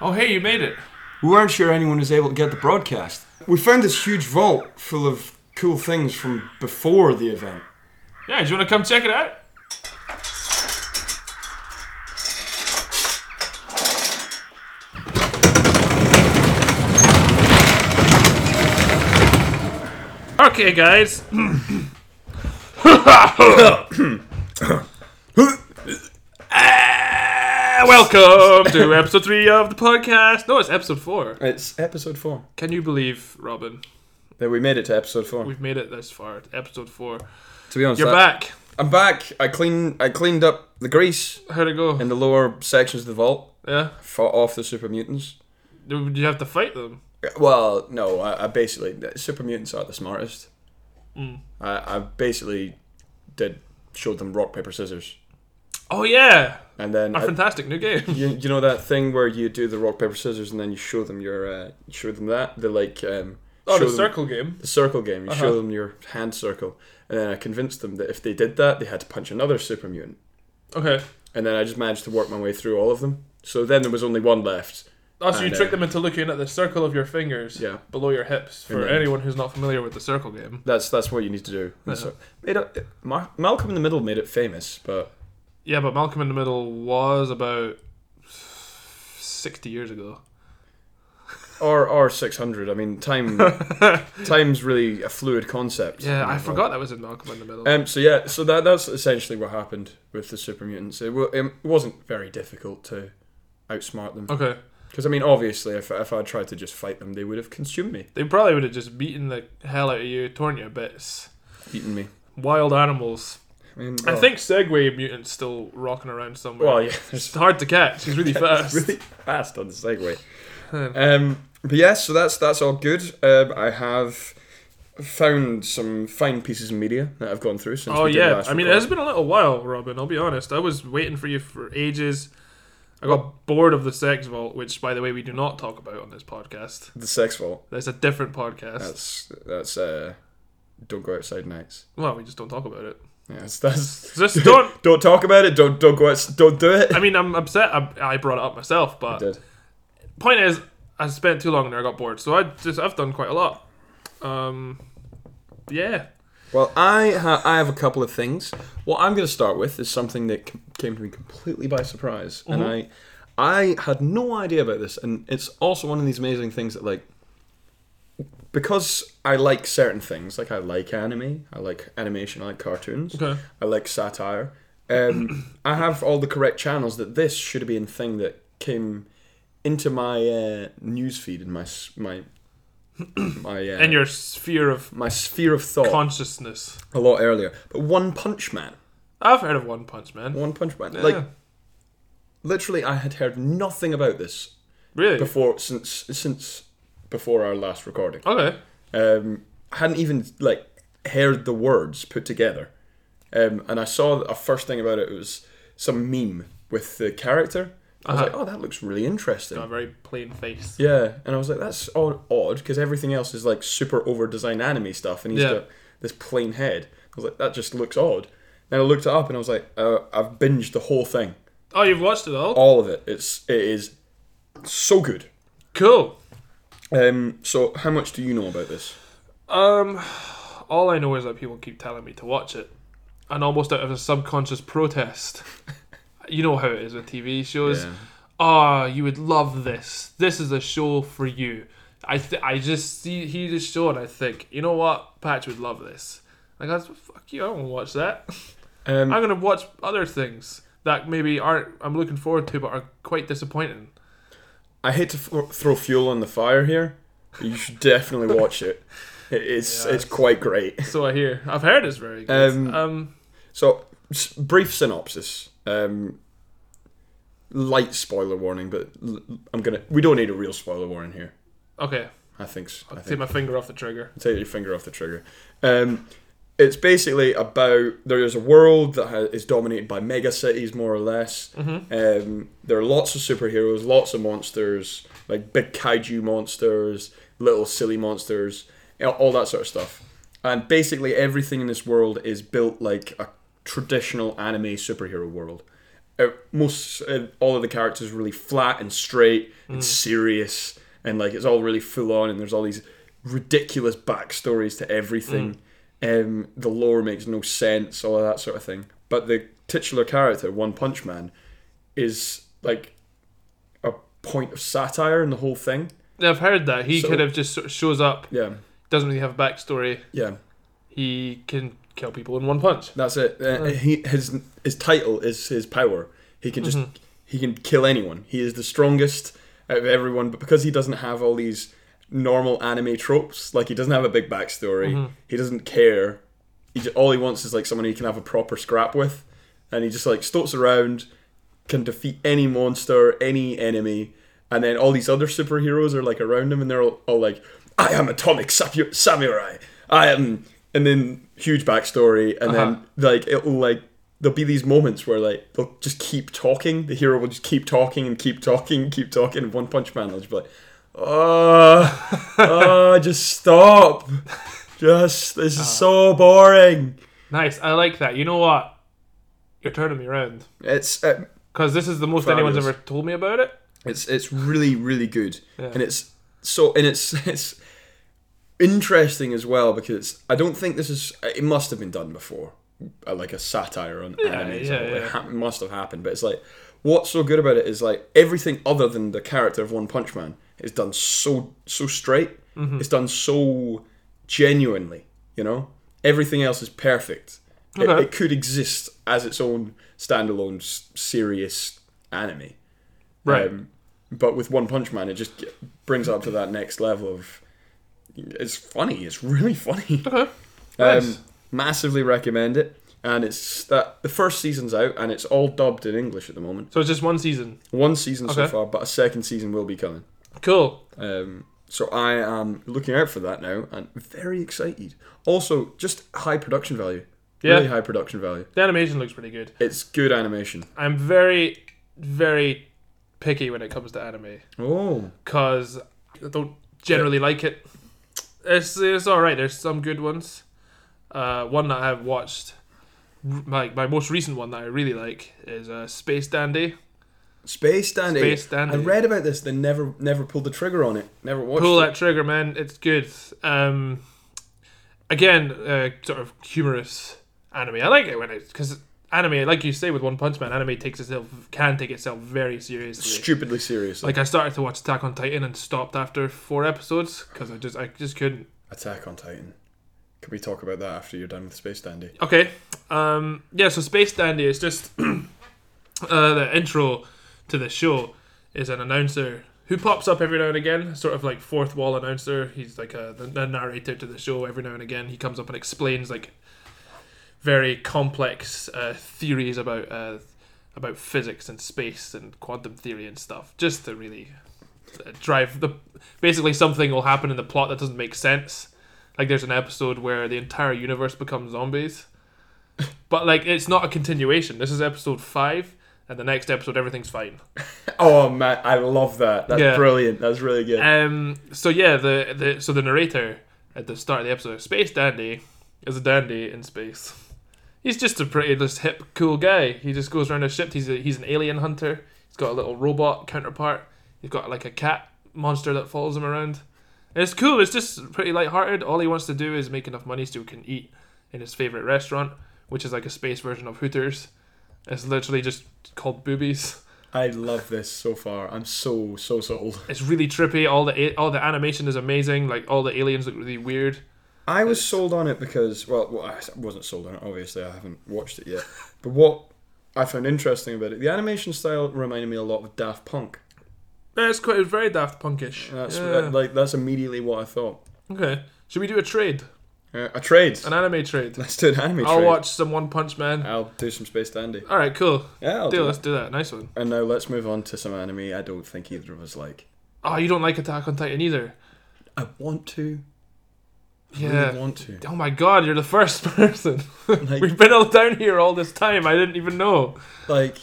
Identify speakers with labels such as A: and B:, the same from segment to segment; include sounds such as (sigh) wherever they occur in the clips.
A: Oh, hey, you made it.
B: We weren't sure anyone was able to get the broadcast. We found this huge vault full of cool things from before the event.
A: Yeah, do you want to come check it out? Okay, guys. Ah, Welcome to episode three of the podcast. No, it's episode four.
B: It's episode four.
A: Can you believe, Robin?
B: That we made it to episode four.
A: We've made it this far. Episode four.
B: to be honest,
A: You're
B: I-
A: back.
B: I'm back. I clean. I cleaned up the grease
A: How'd it go?
B: in the lower sections of the vault.
A: Yeah.
B: Fought off the super mutants.
A: Did you have to fight them?
B: Well, no, I, I basically super mutants are the smartest. I, I basically did showed them rock paper scissors,
A: Oh yeah,
B: and then
A: a
B: I-
A: fantastic new game.
B: you, you know that thing where you do the rock paper scissors and then you show them your uh, you show them that the like um,
A: (laughs) Oh, the
B: show them-
A: circle Uh-huh. game.
B: the circle game. You show them your hand circle, and then I convinced them that if they did that, they had to punch another super mutant,
A: Okay.
B: and then I just managed to work my way through all of them. So then there was only one left.
A: Oh, so you
B: I know.
A: trick them into looking at the circle of your fingers
B: Yeah.
A: below your hips. For
B: then-
A: anyone who's not familiar with the circle game,
B: That's that's what you need to do.
A: Uh-huh.
B: And So it, it, Mar- Malcolm in the Middle made it famous, but
A: yeah, but Malcolm in the Middle was about sixty years ago.
B: Or or six hundred. I mean,
A: (laughs)
B: time time's really a fluid concept.
A: Yeah, I forgot that was in Malcolm in the Middle.
B: Um. So yeah. So that that's essentially what happened with the super mutants. It, wa- it wasn't very difficult to outsmart them.
A: okay,
B: Because I mean, obviously, if if I tried to just fight them, they would have consumed me,
A: they probably would have just beaten the hell out of you, torn you to bits.
B: eaten me.
A: Wild animals.
B: I mean,
A: I
B: well-
A: think Segway mutant's still rocking around somewhere.
B: Oh.
A: (laughs)
B: Well, yeah.
A: It's
B: (laughs) There's
A: hard to catch. He's
B: (laughs)
A: really fast.
B: really fast on the
A: (laughs)
B: segue. Um. But yes. so that's that's all good. Um. I have. Found some fine pieces of media that I've gone through since.
A: Oh
B: we did
A: yeah,
B: last
A: I mean it
B: record.
A: has been a little while, Robin. I'll be honest. I was waiting for you for ages. I got bored of the sex vault, which, by the way, we do not talk about on this podcast.
B: the sex vault.
A: That's a different podcast.
B: That's that's uh, don't go outside nights.
A: well, we just don't talk about it.
B: Yeah, that's, that's
A: Just don't.
B: don't talk about it. Don't don't go out. Don't do it.
A: I mean, I'm upset. I, I brought it up myself, but
B: Did.
A: point is, I spent too long there. I got bored, so I just I've done quite a lot. Um, yeah.
B: Well, I ha- I have a couple of things. What I'm going to start with is something that c- came to me completely by surprise, and
A: Mm-hmm.
B: I I had no idea about this, and it's also one of these amazing things that like because I like certain things, like I like anime, I like animation, I like cartoons,
A: Okay.
B: I like satire.
A: (clears throat)
B: Um, I have all the correct channels that this should have been thing that came into my uh, newsfeed and my s- my (coughs) my uh,
A: And your sphere of
B: my sphere of thought
A: consciousness.
B: a lot earlier. But One Punch Man,
A: I've heard of One Punch Man.
B: One Punch Man,
A: Yeah.
B: like literally, I had heard nothing about this
A: really?
B: before since since before our last recording.
A: okay.
B: um, hadn't even like heard the words put together. Um, and I saw a first thing about it. It was some meme with the character. I was
A: Uh-huh.
B: like, oh, that looks really interesting.
A: Got a very plain face.
B: Yeah, and I was like, that's all odd because everything else is like super over designed anime stuff, and he's
A: Yeah.
B: got this plain head. I was like, that just looks odd. Then I looked it up, and I was like, uh, I've binged the whole thing,
A: Oh, you've watched it all?
B: all of it. It's it is so good.
A: Cool.
B: Um, so how much do you know about this?
A: Um, all I know is that people keep telling me to watch it, and almost out of a subconscious
B: (laughs)
A: protest. you know how it is with TV shows.
B: Yeah.
A: Ah, you would love this. This is a show for you. I th- I just see hear the show and I think, you know what, Patch would love this. Like, that's fuck you. I don't want to watch that. (laughs)
B: Um,
A: I'm gonna watch other things that maybe aren't I'm looking forward to, but are quite disappointing.
B: I hate to f- throw fuel on the fire here. but You should definitely watch it. It is
A: (laughs) Yeah,
B: it's quite great.
A: So I hear. I've heard it's very good.
B: Um,
A: um
B: So s- brief synopsis. Um, light spoiler warning, but l- I'm gonna. We don't need a real spoiler warning here.
A: okay.
B: I think. s- I think.
A: Take my finger off the trigger.
B: Take your finger off the trigger. Um, it's basically about there is a world that ha- is dominated by mega cities, more or less. Um, there are lots of superheroes, lots of monsters, like big kaiju monsters, little silly monsters, you know, all that sort of stuff. And basically, everything in this world is built like a traditional anime superhero world. uh, most uh, all of the characters really flat and straight and serious, and like it's all really full on, and there's all these ridiculous backstories to everything. Um, the lore makes no sense, all of that sort of thing. But the titular character, One Punch Man, is like a point of satire in the whole thing.
A: I've heard that he
B: So-
A: kind of just sort of shows up,
B: Yeah,
A: doesn't really have a backstory.
B: yeah.
A: He can kill people in one punch.
B: That's it. Uh, he his his title is his power. He can just he can kill anyone. He is the strongest out of everyone, but because he doesn't have all these normal anime tropes, like he doesn't have a big backstory, he doesn't care. He just, all he wants is like someone he can have a proper scrap with, and he just like stoats around, can defeat any monster, any enemy, and then all these other superheroes are like around him, and they're all, all like, "I am Atomic Sapu- Samurai. I am," and then huge backstory, and
A: Uh-huh.
B: then like it'll like there'll be these moments where like they'll just keep talking. The hero will just keep talking and keep talking and keep talking. And One Punch Man will just be like, "Oh, oh, just stop." Just this is so boring.
A: Nice, I like that. You know what? You're turning me around
B: It's uh,
A: because this is the most anyone's
B: Fabulous. Um,
A: ever told me about it.
B: It's it's really really good,
A: Yeah.
B: and it's so and it's (laughs) it's interesting as well because I don't think this is it must have been done before, uh, like a satire on anime. or
A: yeah,
B: something. (laughs) It
A: yeah.
B: hap- must have happened, but it's like what's so good about it is like everything other than the character of One Punch Man is done so so straight.
A: Mm-hmm.
B: It's done so genuinely, you know. Everything else is perfect. It,
A: Okay.
B: it could exist as its own standalone s- serious anime.
A: Right.
B: Um, but with One Punch Man, it just g- brings up to that next level of. It's funny. It's really funny.
A: (laughs) okay. Nice.
B: Um, massively recommend it. And it's that the first season's out, and it's all dubbed in English at the moment.
A: so it's just one season.
B: One season so
A: Okay.
B: far, but a second season will be coming.
A: Cool.
B: Um, so I am looking out for that now, and very excited. Also, just high production value.
A: Yeah.
B: Really high production value.
A: The animation looks pretty good.
B: It's good animation.
A: I'm very, very picky when it comes to anime
B: Oh,
A: because I don't generally like it. It's it's all right. There's some good ones. Uh, one that I have watched, r- my my most recent one that I really like is uh, Space Dandy.
B: Space Dandy.
A: Space Dandy.
B: I read about this. They never, never pulled the trigger on it. Never watched
A: Pull
B: it.
A: that trigger, man. It's good. Um, again, uh, sort of humorous anime. I like it when it because anime, like you say with One Punch Man, anime takes itself can take itself very seriously.
B: Stupidly serious. Like
A: Like I started to watch Attack on Titan and stopped after four episodes because I just I just couldn't.
B: Attack on Titan. Can we talk about that after you're done with Space Dandy?
A: Okay. Um, yeah, so Space Dandy is just (clears throat) uh, the intro to the show is an announcer who pops up every now and again, sort of like fourth wall announcer. He's like a, the, the narrator to the show every now and again. He comes up and explains like very complex uh, theories about uh, about physics and space and quantum theory and stuff, just to really uh, drive the basically something will happen in the plot that doesn't make sense. Like there's an episode where the entire universe becomes zombies. But like it's not a continuation. This is episode 5 and the next episode everything's fine.
B: Oh man, I love that. That's
A: Yeah.
B: brilliant. That's really good.
A: Um so yeah, the, the so the narrator at the start of the episode, Space Dandy is a dandy in space. He's just a pretty just hip cool guy. He just goes around a ship. He's a, he's an alien hunter. He's got a little robot counterpart. He's got like a cat monster that follows him around. And it's cool. It's just pretty lighthearted. All he wants to do is make enough money so he can eat in his favorite restaurant, which is like a space version of Hooters. It's literally just called Boobies. (laughs)
B: I love this so far. I'm so so sold.
A: It's really trippy. All the a- all the animation is amazing. Like all the aliens look really weird.
B: I was sold on it because well, well, I wasn't sold on it. Obviously, I haven't watched it yet. But what I found interesting about it, the animation style reminded me a lot of Daft Punk.
A: That's quite it's very Daft Punkish.
B: That's uh,
A: Yeah.
B: like that's immediately what I thought.
A: okay. Should we do a trade?
B: Uh, a trade.
A: An anime trade?
B: Let's do an anime
A: I'll
B: trade.
A: watch some One Punch Man.
B: I'll do some Space Dandy.
A: All right, cool.
B: Yeah, I'll
A: Deal.
B: do
A: Let's do that. Nice one.
B: And now let's move on to some anime I don't think either of us like.
A: Oh, you don't like Attack on Titan either.
B: I want to. I
A: Yeah.
B: really want to.
A: Oh my god, you're the first (laughs) person. We've been all down here all this time. I didn't even know.
B: Like,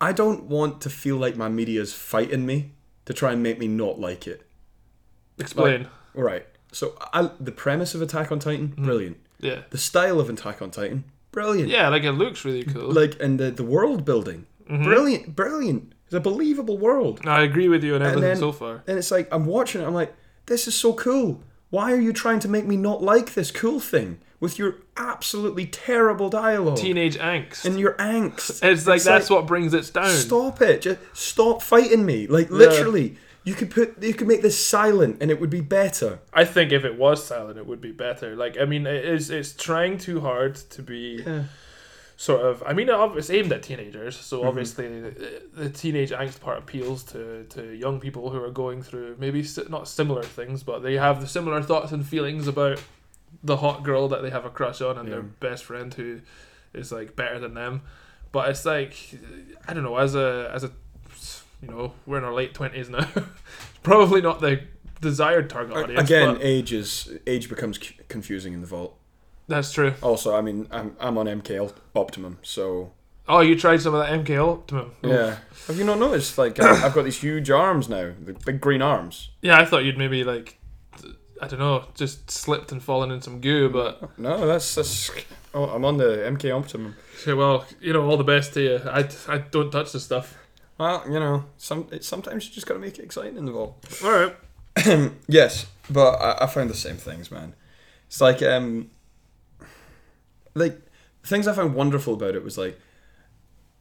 B: I don't want to feel like my media's fighting me to try and make me not like it.
A: Explain.
B: All right. So I, the premise of Attack on Titan, brilliant.
A: yeah.
B: The style of Attack on Titan, Brilliant.
A: Mm-hmm. Yeah, like it looks really cool.
B: Like and the the world building.
A: Mm-hmm.
B: Brilliant, brilliant. It's a believable world.
A: I agree with you on everything
B: then-
A: so far.
B: And it's like I'm watching it. I'm like, this is so cool. Why are you trying to make me not like this cool thing with your absolutely terrible dialogue
A: Teenage angst.
B: and your
A: (laughs)
B: angst?
A: it's like that's
B: like,
A: what brings it down.
B: Stop it! Just stop fighting me. Like literally, you could put you could make this silent and it would be better.
A: I think if it was silent, it would be better. Like I mean, it is it's trying too hard to be
B: Yeah.
A: sort of. I mean, it ob- it's aimed at teenagers, so
B: Mm-hmm.
A: obviously the, the teenage angst part appeals to to young people who are going through maybe s- not similar things, but they have the similar thoughts and feelings about the hot girl that they have a crush on and their best friend who is like better than them. But it's like I don't know. As a as a you know, we're in our late twenties now. (laughs) Probably not the desired target audience.
B: Again,
A: but-
B: age is age becomes c- confusing in the vault.
A: That's true.
B: Also, I mean, I'm I'm on MK Optimum, so
A: Oh, you tried some of that MK Optimum.
B: yeah. Have you not noticed? Like, I- (coughs) I've got these huge arms now, the big green arms.
A: Yeah, I thought you'd maybe like, I don't know, just slipped and fallen in some goo. But
B: No, that's that's. Oh, I'm on the MK Optimum.
A: okay, well, you know, all the best to you. I, I don't touch the stuff.
B: Well, you know, some it, sometimes you just gotta make it exciting in the vault.
A: All right.
B: (clears throat) yes, but I, I found the same things, man. It's like um, like the things I found wonderful about it was like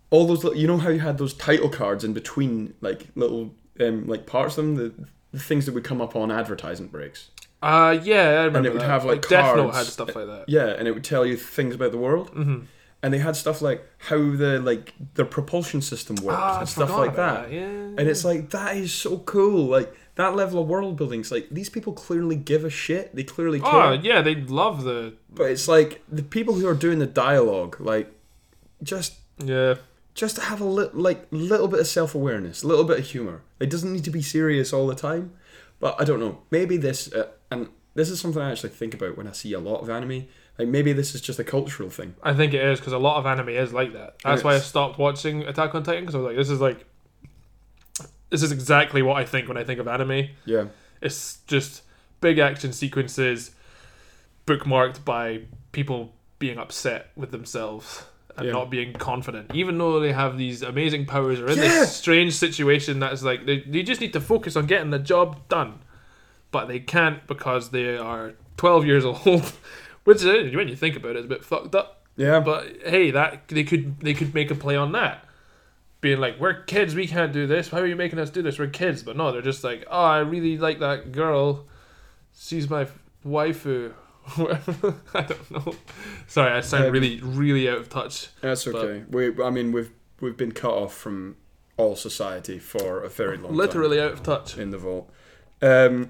B: all those little, you know how you had those title cards in between like little um like parts of them the, the things that would come up on advertisement breaks.
A: Uh, yeah, I remember
B: And it would
A: that.
B: have, like,
A: Death Note
B: cards.
A: had stuff like that.
B: Yeah, and it would tell you things about the world. Mm-hmm. And they had stuff like how the like their propulsion system works
A: Ah, I
B: and stuff
A: forgot
B: like
A: about
B: that.
A: that, yeah.
B: And it's like that is so cool. Like that level of world building. It's like these people clearly give a shit. They clearly care.
A: Oh yeah, they love the
B: But it's like the people who are doing the dialogue, like just
A: yeah.
B: just have a li- like little bit of self awareness, a little bit of humor. It doesn't need to be serious all the time, but I don't know. Maybe this uh, and this is something I actually think about when I see a lot of anime. Like maybe this is just a cultural thing.
A: I think it is because a lot of anime is like that. That's why I
B: Yes.
A: stopped watching Attack on Titan because I was like, this is like, this is exactly what I think when I think of anime.
B: Yeah,
A: It's just big action sequences bookmarked by people being upset with themselves and
B: Yeah.
A: not being confident, even though they have these amazing powers or in
B: Yeah.
A: this strange situation that's like they, they just need to focus on getting the job done, but they can't because they are 12 years (laughs) old, which is, when you think about it, it's a bit fucked up.
B: yeah, but
A: But hey, that they could they could make a play on that, being like, "We're kids, we can't do this. Why are you making us do this? We're kids." But no, they're just like, "Oh, I really like that girl. She's my waifu." (laughs) I don't know. Sorry, I sound
B: Yeah.
A: really really out of touch.
B: that's okay. we, I mean, we've we've been cut off from all society for a very long time.
A: Literally out of touch.
B: in the vault. Um,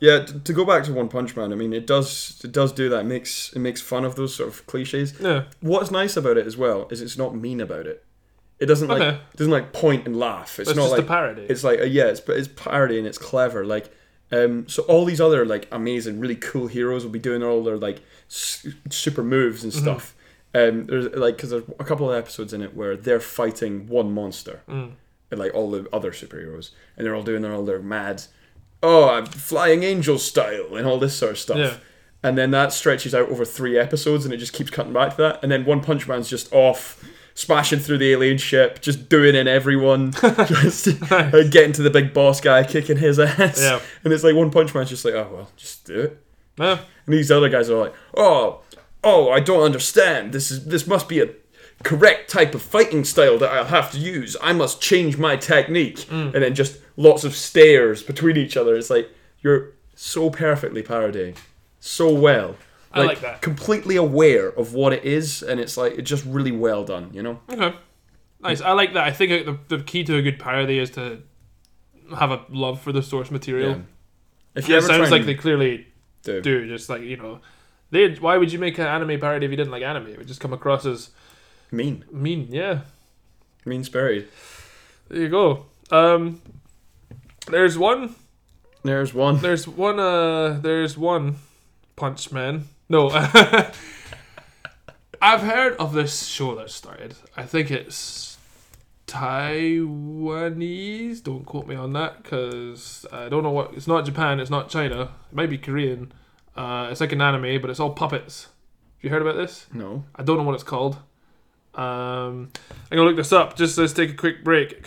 B: yeah, t- to go back to One Punch Man, I mean, it does it does do that. It makes it makes fun of those sort of cliches.
A: Yeah.
B: What's nice about it as well is it's not mean about it. It doesn't like
A: Okay.
B: it doesn't like point and laugh. It's
A: It's
B: not
A: just
B: like
A: a parody.
B: It's like uh, yeah, it's but it's parody and it's clever. Like um, so all these other like amazing, really cool heroes will be doing all their like s- super moves
A: Mm-hmm.
B: and stuff. Um, there's like because there's a couple of episodes in it where they're fighting one monster,
A: Mm.
B: and, like all the other superheroes, and they're all doing all their mad, oh, I'm flying angel style and all this sort of stuff.
A: Yeah.
B: And then that stretches out over three episodes, and it just keeps cutting back to that. And then One Punch Man's just off, smashing through the alien ship, just doing in
A: (laughs)
B: everyone, just uh, getting to the big boss guy, kicking his ass.
A: Yeah.
B: And it's like One Punch Man's just like, oh well, just do it.
A: Yeah.
B: And these other guys are like, oh, oh, I don't understand. This is this must be a correct type of fighting style that I'll have to use. I must change my technique.
A: Mm.
B: And then just lots of stares between each other. It's like you're so perfectly parodying, so well.
A: I like that.
B: Completely aware of what it is, and it's like it's just really well done. You know.
A: Okay. Nice. I like that. I think uh, the, the key to a good parody is to have a love for the source material.
B: Yeah. If
A: Yeah, it sounds
B: try
A: like
B: and
A: they clearly
B: do-
A: do. Just like you know, they why would you make an anime parody if you didn't like anime? It would just come across as
B: mean,
A: mean. Yeah,
B: mean spirited.
A: there you go. Um, there's one.
B: There's one. (laughs)
A: There's one. Uh, there's one. Punch Man. No. (laughs) I've heard of this show that started. I think it's Taiwanese. Don't quote me on that because I don't know what. It's not Japan. It's not China. It might be Korean. Uh, it's like an anime, but it's all puppets. Have You heard about this?
B: No.
A: I don't know what it's called. Um, I'm gonna look this up. Just let's take a quick break.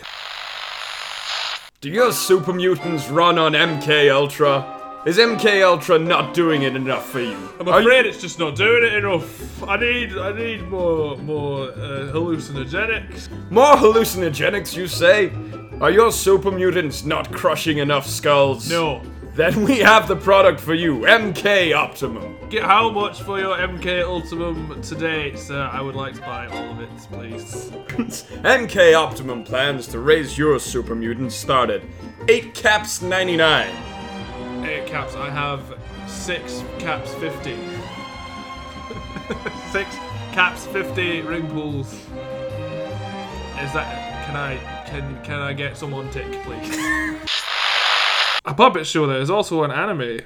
B: Do your super mutants run on MK Ultra? Is MK Ultra not doing it enough for you?
A: I'm afraid it's just not doing it enough. I need I need more more uh, hallucinogenics.
B: More hallucinogenics, you say? Are your super mutants not crushing enough skulls?
A: No.
B: Then we have the product for you, MK Optimum. (laughs)
A: Get how much for your MK Ultimum today, sir? I would like to buy all of it, please.
B: MK Optimum plans to raise your super mutants start at 8 caps 99.
A: Eight caps. I have six caps fifty. (laughs) six caps fifty ring pulls. Is that? Can I? Can can I get some on tick, please? (laughs) A puppet show there is also an anime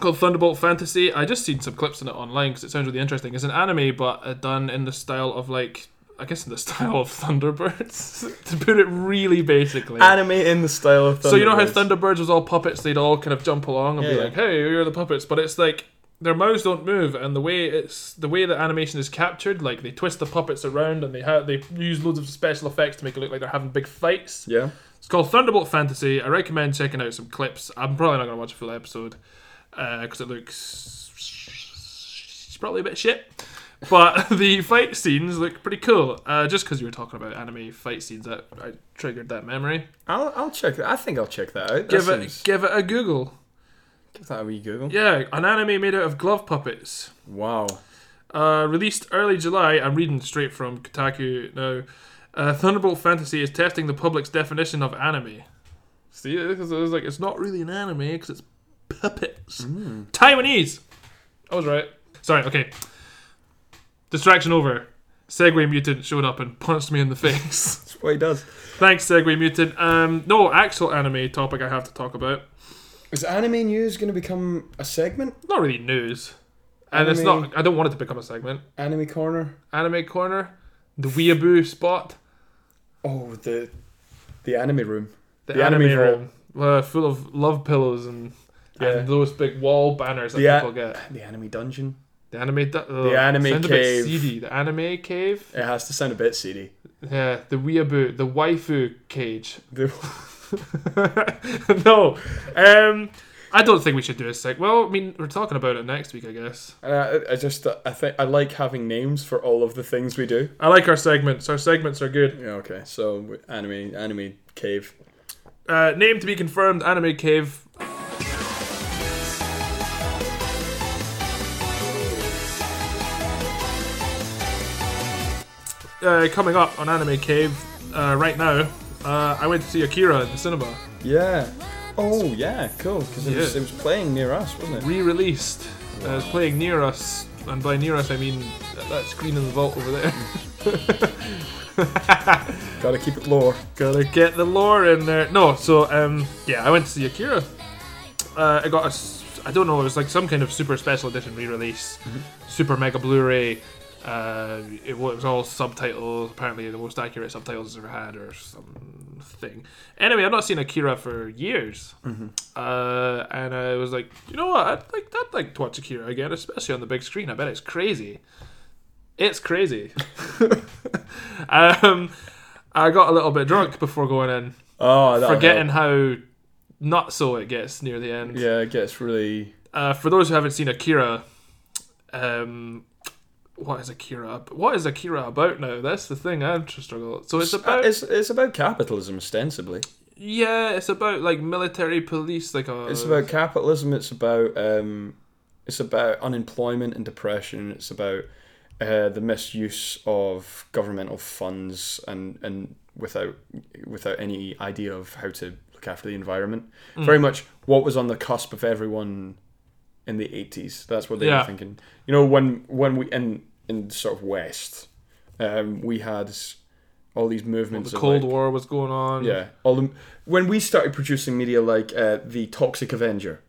A: called Thunderbolt Fantasy. I just seen some clips in it online because it sounds really interesting. It's an anime, but uh, done in the style of like. I guess in the (laughs) style of Thunderbirds, (laughs) to put it really basically.
B: Anime in the style of
A: So you know how
B: Thunderbirds.
A: Thunderbirds was all puppets? They'd all kind of jump along and be
B: Yeah, yeah.
A: like, "Hey, you're the puppets," but it's like their mouths don't move, and the way it's the way the animation is captured, like they twist the puppets around and they ha- they use loads of special effects to make it look like they're having big fights.
B: Yeah.
A: It's called Thunderbolt Fantasy. I recommend checking out some clips. I'm probably not gonna watch a full episode because it looks it's probably a bit shit. But (laughs) the fight scenes look pretty cool. Uh, just because you were talking about anime fight scenes, that I triggered that memory.
B: I'll, I'll check that. I think I'll check that out. That
A: Give
B: seems-
A: it, give it a Google.
B: give that a wee Google.
A: Yeah, an anime made out of glove puppets.
B: Wow.
A: Uh, released early July. I'm reading straight from Kotaku now. Uh, Thunderbolt Fantasy is testing the public's definition of anime. See, because I was like, it's not really an anime because it's puppets. Taiwanese. I was right. Sorry. Okay. Distraction over. Segway mutant showed up and punched me in the
B: (laughs)
A: face.
B: That's what he does.
A: Thanks, Segway mutant. Um, no actual anime topic I have to talk about.
B: Is anime news going to become a segment?
A: Not really news, and it's
B: Anime-
A: not. I don't want it to become a segment.
B: Anime corner?
A: anime corner, the weeaboo spot,
B: Oh, the the anime room.
A: the,
B: The
A: anime,
B: anime
A: room, uh, full of love pillows and
B: Yeah.
A: and those big wall banners that
B: The a-
A: people get.
B: The anime dungeon.
A: The anime, du- ugh,
B: anime
A: sounds a bit
B: cave.
A: seedy. The anime cave,
B: It has to sound a bit (laughs) seedy.
A: yeah. The weeaboo, the waifu cage. (laughs)
B: The-
A: no, um, I don't think we should do a sec. Well, I mean, we're talking about it next week, I guess.
B: Uh, I I just I think I like having names for all of the things we do.
A: I like our segments. Our segments are good.
B: Yeah, okay. So w- anime anime cave.
A: Uh, name to be confirmed. Anime cave. Uh, coming up on Anime Cave uh, right now, uh, I went to see Akira in the cinema,
B: Yeah. Oh yeah, cool. Because it, was,
A: Yeah.
B: it was playing near us, wasn't it?
A: re-released. Uh, it's playing near us, and by near us I mean that- that screen in the vault over there. (laughs)
B: Gotta keep it lower.
A: Gotta get the lore in there. No, so um, yeah, I went to see Akira. Uh, I got a, s- I don't know, it was like some kind of super special edition re-release, super mega Blu-ray. Uh, it was all subtitles. Apparently, the most accurate subtitles I've ever had, or something. Anyway, I've not seen Akira for years, uh, and I was like, you know what? I'd like, I'd like to watch Akira again, especially on the big screen. I bet it's crazy. It's crazy. (laughs) um, I got a little bit drunk before going in,
B: Oh, that
A: forgetting how not so it gets near the end.
B: Yeah, it gets really.
A: Uh, for those who haven't seen Akira, um, what is Akira? What is Akira about now? That's the thing I'm tr- struggle. So it's about
B: uh, it's, it's about capitalism ostensibly.
A: yeah, it's about like military police, like a,
B: It's about capitalism. It's about um, it's about unemployment and depression. It's about uh, the misuse of governmental funds and and without without any idea of how to look after the environment.
A: Mm.
B: Very much what was on the cusp of everyone in the eighties. That's what they
A: Yeah.
B: were thinking. You know, when when we in in sort of West, um, we had all these movements.
A: the
B: of,
A: Cold
B: like-
A: War was going on.
B: yeah, all the, when we started producing media like uh, the Toxic Avenger,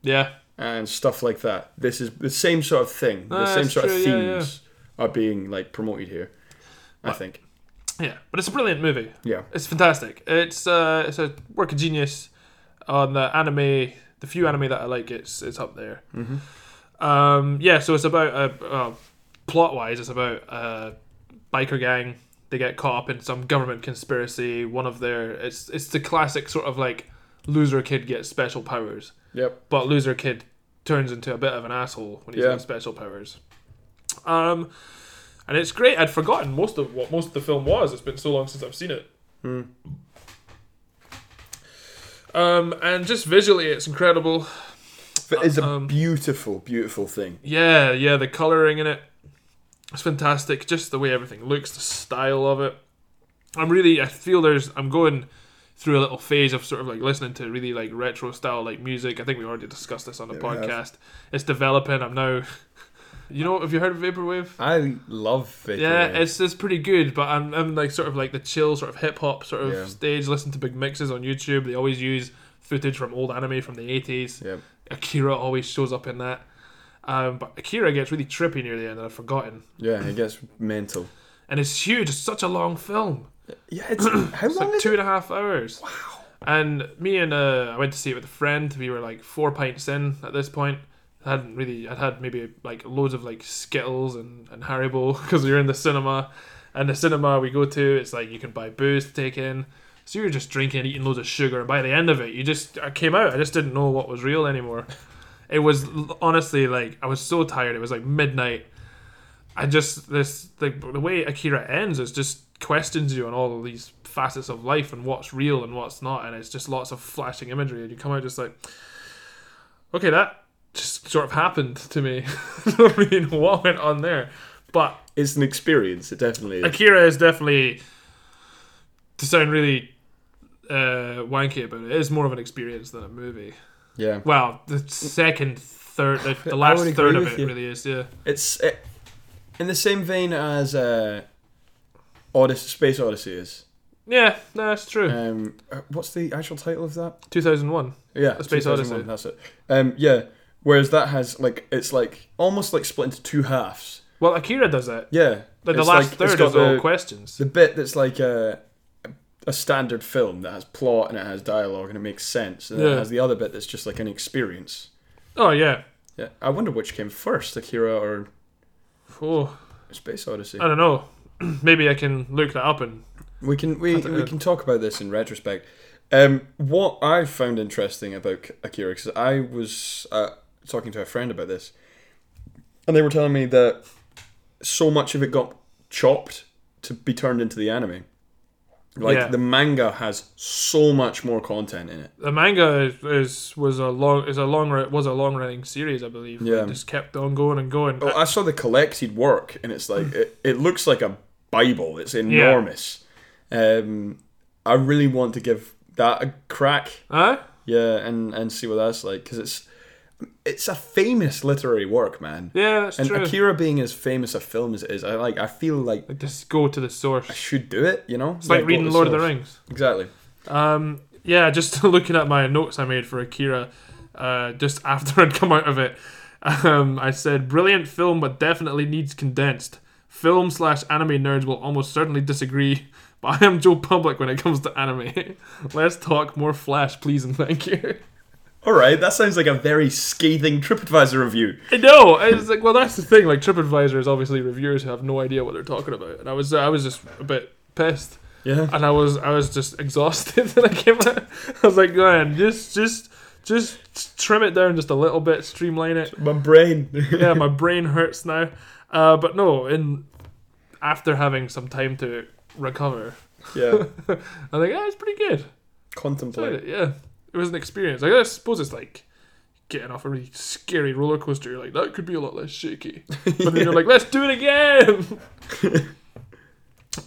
A: yeah.
B: and stuff like that. This is the same sort of thing. The
A: Ah,
B: same
A: that's
B: sort of
A: true, yeah, yeah.
B: themes are being like promoted here. I think.
A: Yeah, but it's a brilliant movie.
B: Yeah.
A: It's fantastic. It's uh, it's a work of genius on the anime. The few anime that I like, it's it's up there. Um, yeah, so it's about a, a plot wise, it's about a biker gang. They get caught up in some government conspiracy. One of their it's it's the classic sort of like loser kid gets special powers,
B: Yep.
A: but loser kid turns into a bit of an asshole when he's
B: Yeah.
A: got special powers. Um, and it's great. I'd forgotten most of what most of the film was. It's been so long since I've seen it. Um, and just visually, it's incredible.
B: It's a
A: Um,
B: beautiful, beautiful thing.
A: Yeah, yeah, the colouring in it. It's fantastic. Just the way everything looks, the style of it. I'm really, I feel there's, I'm going through a little phase of sort of like listening to really like retro style like music. I think we already discussed this on the
B: Yeah, we have.
A: podcast. It's developing. I'm now, (laughs) you know, have you heard of Vaporwave?
B: I love Vicky.
A: Yeah, it's it's pretty good, but I'm, I'm like sort of like the chill sort of hip hop sort of
B: Yeah.
A: stage. Listen to big mixes on YouTube. They always use footage from old anime from the eighties.
B: Yep.
A: Akira always shows up in that. Um, but Akira gets really trippy near the end, and I've forgotten.
B: yeah, it gets mental.
A: And it's huge. It's such a long film.
B: Yeah, (coughs) it's how
A: It's
B: long
A: like
B: is
A: two and a half hours. Wow. And me and uh, I went to see it with a friend. We were like four pints in at this point. I hadn't really. I'd had maybe like loads of like Skittles and and Haribo (laughs) because we were in the cinema. And the cinema we go to, it's like you can buy booze to take in. So you're just drinking, eating loads of sugar, and by the end of it, you just I came out. I just didn't know what was real anymore. It was l- honestly like I was so tired. It was like midnight. I just this like the way Akira ends is just questions you on all of these facets of life and what's real and what's not, and it's just lots of flashing imagery, and you come out just like, okay, that just sort of happened to me. (laughs) I don't really know what went on there, but
B: It's an experience. It definitely is.
A: Akira is definitely to sound really uh, wanky about it. It is more of an experience than a movie.
B: Yeah,
A: Well, the second third, the,
B: (laughs)
A: the
B: I
A: last
B: would agree
A: third of
B: with
A: it
B: you.
A: really is. Yeah,
B: it's it, in the same vein as uh, Odyssey, Space Odyssey is.
A: yeah, no, that's true.
B: Um, uh, what's the actual title of that?
A: Two thousand one.
B: Yeah,
A: A Space
B: 2001,
A: Odyssey.
B: That's it. Um, yeah. Whereas that has like it's like almost like split into two halves.
A: Well, Akira does that.
B: Yeah,
A: Like the
B: It's
A: last
B: like- it's
A: third
B: got
A: is all
B: the-
A: questions.
B: the bit that's like a a standard film that has plot and it has dialogue and it makes sense, and then
A: Yeah.
B: it has the other bit that's just like an experience.
A: oh yeah.
B: Yeah, I wonder which came first, Akira or
A: Oh,
B: Space Odyssey.
A: I don't know. (clears throat) Maybe I can look that up and
B: We can we,
A: don't
B: we
A: know.
B: can talk about this in retrospect. Um, what I found interesting about Akira, because I was uh, talking to a friend about this, and they were telling me that so much of it got chopped to be turned into the anime. Like
A: Yeah.
B: the manga has so much more content in it.
A: the manga is, is was a long is a long run- was a long running series I believe.
B: Yeah.
A: It just kept on going and going.
B: Oh, I saw the collected work, and it's like it, it looks like a bible. It's enormous. Um, I really want to give that a crack.
A: Huh?
B: Yeah, and and see what that's like because it's it's a famous literary work, man.
A: Yeah, that's
B: and
A: true.
B: Akira being as famous a film as it is, I like. I feel like I
A: Like, just go to the source. It's
B: should do it. You know, it's
A: like reading Lord of the Rings.
B: Exactly.
A: Um, yeah, just (laughs) looking at my notes I made for Akira, uh, just (laughs) after I'd come out of it, um, I said, "Brilliant film, but definitely needs condensed." Film slash anime nerds will almost certainly disagree, (laughs) but I am Joe Public when it comes to anime. (laughs) Let's talk more Flash, please and thank you.
B: All right, that sounds like a very scathing TripAdvisor review.
A: I know. (laughs) It's like, well, that's the thing. Like TripAdvisor is obviously reviewers who have no idea what they're talking about, and I was, I was just a bit pissed.
B: Yeah,
A: and I was I was just (laughs) exhausted when I came out. I was like, man, just just just trim it down just a little bit, streamline it.
B: my brain. (laughs)
A: Yeah, my brain hurts now. Uh, but no, in after having some time to recover, (laughs)
B: yeah,
A: I think yeah, it's pretty good. Enjoyed
B: contemplate.
A: it, yeah, it was an experience. Like, I suppose it's like getting off a really scary roller coaster. You're like, that could be a lot less shaky. But then you're like, let's do it again.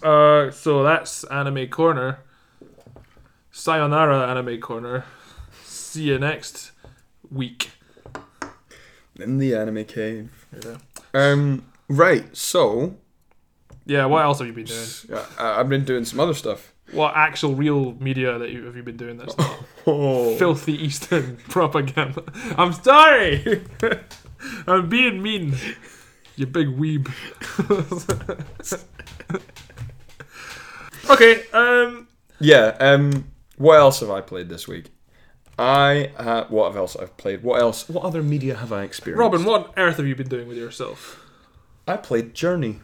A: uh, so that's anime corner. Sayonara anime corner. See you next week.
B: In the anime cave.
A: Yeah.
B: Um. Right. So
A: Yeah. What else have you been doing?
B: I, I've been doing some other stuff.
A: What actual real media that you have you been doing? That's not
B: Oh.
A: filthy Eastern (laughs) propaganda. I'm sorry. (laughs) I'm being mean. You big weeb. (laughs) okay. Um.
B: Yeah. Um. What else have I played this week? I uh, what else I've played? What else? What other media have I experienced?
A: Robin, what on earth have you been doing with yourself?
B: I played Journey.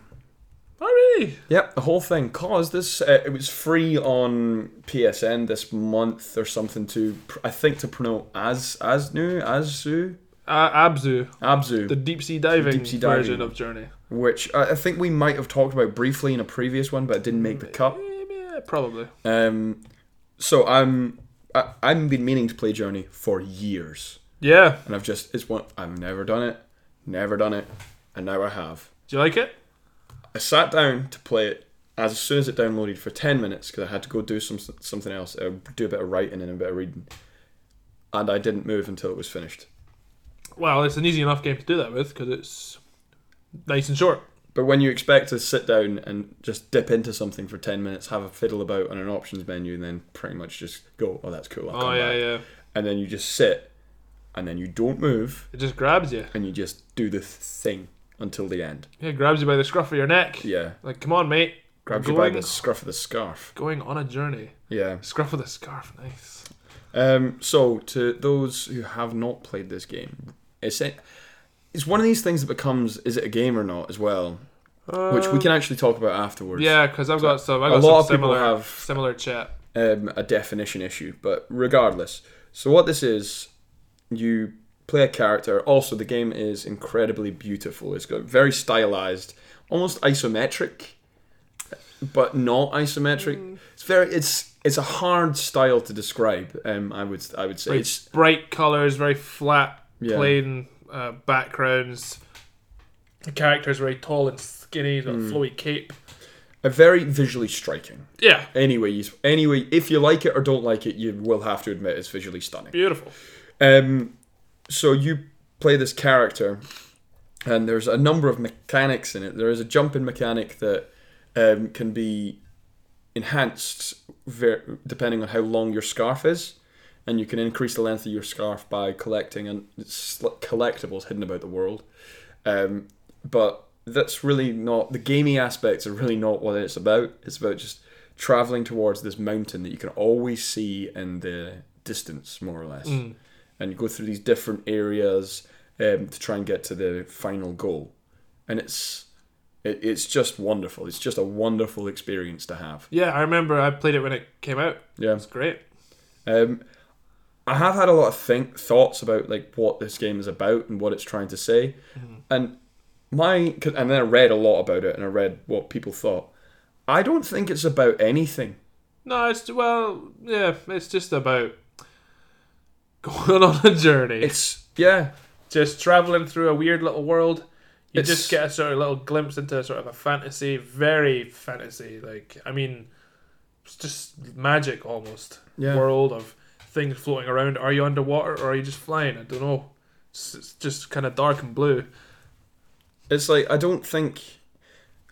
A: Oh, really?
B: Yep, the whole thing. Cause this, uh, it was free on PSN this month or something to, pr- I think, to promote as as new Azu
A: Uh, Abzu,
B: Abzu,
A: the deep sea diving
B: Deep sea
A: version
B: diving.
A: of Journey.
B: which I, I think we might have talked about briefly in a previous one, but it didn't make the cut.
A: Yeah, probably.
B: Um, so I'm I, I've been meaning to play Journey for years,
A: Yeah.
B: and I've just it's one I've never done it, never done it, and now I have.
A: Do you like it?
B: I sat down to play it as soon as it downloaded for 10 minutes because I had to go do some something else, uh, do a bit of writing and a bit of reading. And I didn't move until it was finished.
A: Well, it's an easy enough game to do that with because it's nice and short.
B: But when you expect to sit down and just dip into something for 10 minutes, have a fiddle about on an options menu, and then pretty much just go, oh, that's cool. I'll
A: oh
B: come
A: yeah,
B: back."
A: yeah.
B: And then you just sit and then you don't move
A: It just grabs you.
B: and you just do the th- thing until the end.
A: Yeah, it grabs you by the scruff of your neck.
B: Yeah.
A: Like, come on, mate.
B: Grabs you
A: going,
B: by the scruff of the scarf.
A: Going on a journey.
B: Yeah.
A: Scruff of the scarf. Nice.
B: Um, so, to those who have not played this game, it's it's one of these things that becomes is it a game or not as well, which we can actually talk about afterwards.
A: Uh, Yeah, because I've got some. I've
B: A
A: got
B: lot of
A: some
B: people
A: similar
B: have-
A: similar chat.
B: um, a definition issue, but regardless. So what this is, you play a character. Also, the game is incredibly beautiful. It's got very stylized, almost isometric, but not isometric. It's very it's it's a hard style to describe. Um, I would I would say
A: Like,
B: it's
A: bright colors, very flat,
B: Yeah.
A: plain uh, backgrounds. The character's very tall and skinny. He's got
B: Mm.
A: a flowy cape.
B: a very visually striking.
A: Yeah,
B: Anyway, you, anyway, if you like it or don't like it, you will have to admit it's visually stunning.
A: beautiful.
B: Um, so you play this character, and there's a number of mechanics in it. There is a jumping mechanic that um, can be enhanced ver- depending on how long your scarf is, and you can increase the length of your scarf by collecting and sl- collectibles hidden about the world. Um, but that's really not the gamey aspects are really not what it's about. It's about just traveling towards this mountain that you can always see in the distance, more or less, and you go through these different areas um, to try and get to the final goal. And it's it, it's just wonderful. It's just a wonderful experience to have.
A: Yeah, I remember I played it when it came out.
B: Yeah.
A: It's great.
B: Um, I have had a lot of think thoughts about like what this game is about and what it's trying to say, and my 'cause- and then I read a lot about it and I read what people thought. I don't think it's about anything.
A: No, it's well, yeah, it's just about (laughs) going on a journey.
B: It's yeah,
A: just traveling through a weird little world. You
B: It's-
A: just get a sort of little glimpse into sort of a fantasy, very fantasy. Like I mean, it's just magic almost
B: Yeah.
A: world of things floating around. Are you underwater or are you just flying? I don't know. It's, it's just kind of dark and blue.
B: it's like I don't think,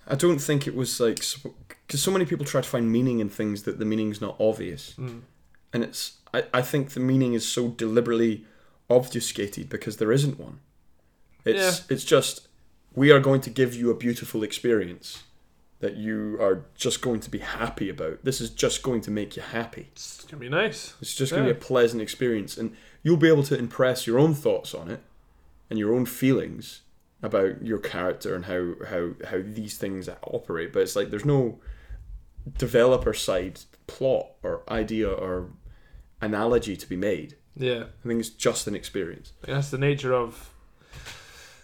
B: I don't think it was like because so many people try to find meaning in things that the meaning's not obvious, and it's I, I think the meaning is so deliberately obfuscated because there isn't one. It's it's just we are going to give you a beautiful experience that you are just going to be happy about. This is just going to make you happy.
A: It's gonna be nice.
B: It's just going to
A: Yeah.
B: be a pleasant experience, and you'll be able to impress your own thoughts on it and your own feelings about your character and how how how these things operate. But it's like there's no developer side plot or idea or analogy to be made.
A: Yeah,
B: I think it's just an experience.
A: Like, that's the nature of.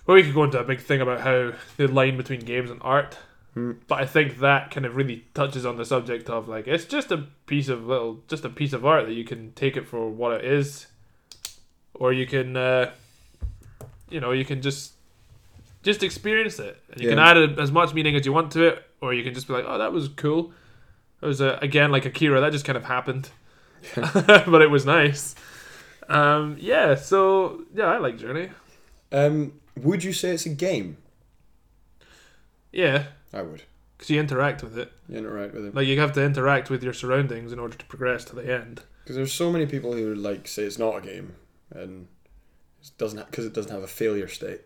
A: Well, we could go into a big thing about how the line between games and art, but I think that kind of really touches on the subject of like it's just a piece of little, just a piece of art that you can take it for what it is, or you can, uh, you know, you can just just experience it, and you can
B: Yeah.
A: add a, as much meaning as you want to it, or you can just be like, oh, that was cool. It was uh again like Akira, that just kind of happened, (laughs) but it was nice. Um, yeah, so yeah, I like Journey.
B: Um, would you say it's a game?
A: Yeah,
B: I would.
A: because you interact with it.
B: You interact with it
A: Like you have to interact with your surroundings in order to progress to the end.
B: because there's so many people who like say it's not a game and it doesn't because it doesn't have a failure state.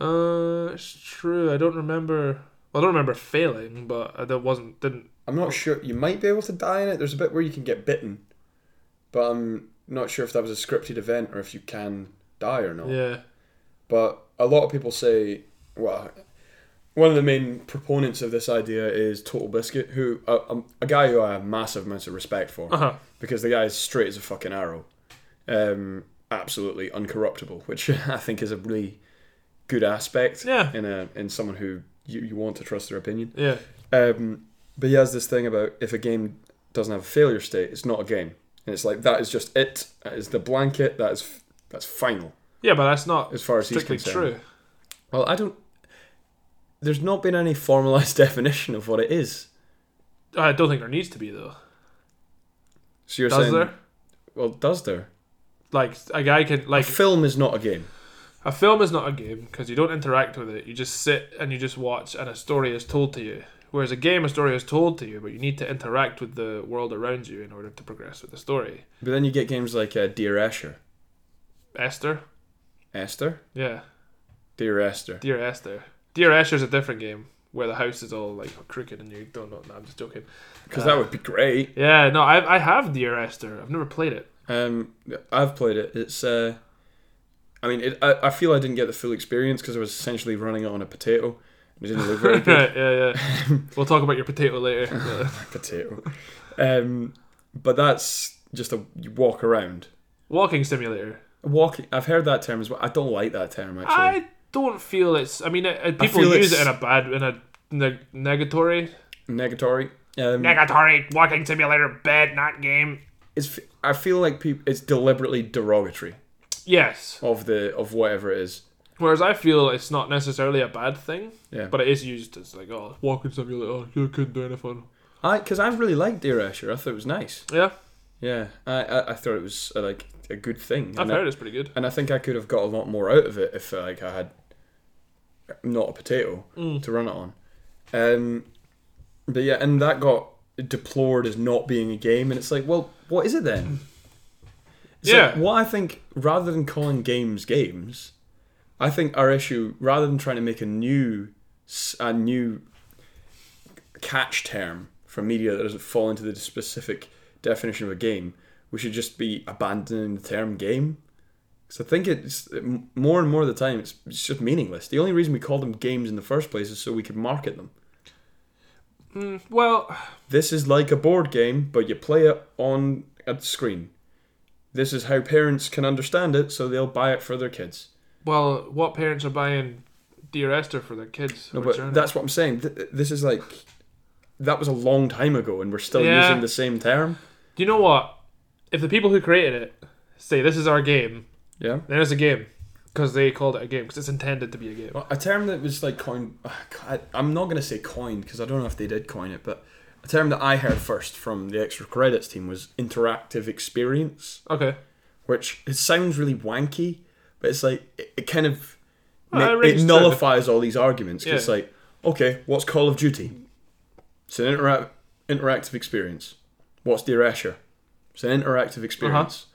A: Uh, it's true. I don't remember. Well, I don't remember failing, but I don't, wasn't didn't.
B: I'm not sure. You might be able to die in it. There's a bit where you can get bitten, but I'm not sure if that was a scripted event or if you can die or not.
A: Yeah,
B: But a lot of people say, well, one of the main proponents of this idea is Total Biscuit, who a, a, a guy who I have massive amounts of respect for
A: Uh-huh.
B: because the guy is straight as a fucking arrow, um, absolutely uncorruptible, which (laughs) I think is a really good aspect
A: Yeah.
B: in a in someone who you, you want to trust their opinion.
A: Yeah.
B: Um, but he has this thing about if a game doesn't have a failure state, it's not a game, and it's like that is just it. That is the blanket. That is f- that's final
A: Yeah, but that's not
B: as far as
A: strictly
B: he's concerned.
A: true.
B: Well, I don't. There's not been any formalized (laughs) definition of what it is.
A: I don't think there needs to be though.
B: So you're
A: Does
B: saying,
A: there?
B: well, does there?
A: Like a guy can
B: A
A: like
B: film is not a game.
A: a film is not a game because you don't interact with it. You just sit and you just watch, and a story is told to you. Whereas a game, a story is told to you, but you need to interact with the world around you in order to progress with the story.
B: But then you get games like uh, Dear Escher,
A: Esther,
B: Esther,
A: yeah,
B: Dear Esther.
A: Dear Esther. Dear Esther's a different game where the house is all like crooked and you don't know. No, I'm just joking.
B: Because
A: Uh,
B: that would be great.
A: Yeah, no, I I have Dear Esther. I've never played (laughs) it.
B: Um, I've played it. It's. Uh, I mean, it, I, I feel I didn't get the full experience because I was essentially running it on a potato. It didn't look very
A: right, (laughs)
B: good.
A: yeah, yeah. we'll talk about your potato (laughs) later. Yeah.
B: potato. Um, but that's just a you walk around.
A: Walking simulator.
B: Walking. I've heard that term as well. I don't like that term actually.
A: I don't feel it's. I mean, it, it- people
B: feel
A: use it in
B: it's-
A: a bad, in a neg- negatory.
B: Negatory. Um,
A: Negatory walking simulator bed, not game.
B: it's. I feel like people. It's deliberately derogatory
A: Yes.
B: of the of whatever it is.
A: Whereas I feel it's not necessarily a bad thing,
B: Yeah.
A: but it is used as like, oh, walking simulator, you couldn't do anything.
B: I because I really liked Dear Escher. I thought it was nice.
A: Yeah,
B: Yeah. I I, I thought it was uh, like a good thing.
A: I've
B: And
A: heard
B: I,
A: it's pretty good.
B: and I think I could have got a lot more out of it if uh, like I had not a potato to run it on. Um, but yeah, and that got deplored as not being a game, and it's like, well, what is it then? It's like,
A: Yeah.
B: what I think, rather than calling games games, I think our issue, rather than trying to make a new s- a new catch term for media that doesn't fall into the specific definition of a game, we should just be abandoning the term game. Because I think it's m- more and more of the time it's, it's just meaningless. The only reason we call them games in the first place is so we could market them.
A: Well,
B: This is like a board game, but you play it on a screen. This is how parents can understand it, so they'll buy it for their kids.
A: well, what parents are buying Dear Esther for their kids?
B: No,
A: which are
B: but
A: in
B: that's what I'm saying. Th- This is like that was a long time ago, and we're still
A: Yeah.
B: using the same term.
A: it. Do you know what? If the people who created it say this is our game,
B: Yeah,
A: then it's a game because they called it a game because it's intended to be a game.
B: well, a term that was like coined. ah, I- I'm not gonna say coined because I don't know if they did coin it, but a term that I heard first from the extra credits team was interactive experience.
A: Okay.
B: which it sounds really wanky, but it's like it, it kind of
A: Well,
B: ma-
A: it rings true.
B: it nullifies all these arguments. 'cause It's
A: Yeah.
B: like, okay, what's Call of Duty? It's an intera- interactive experience. What's Dear Escher? It's an interactive experience.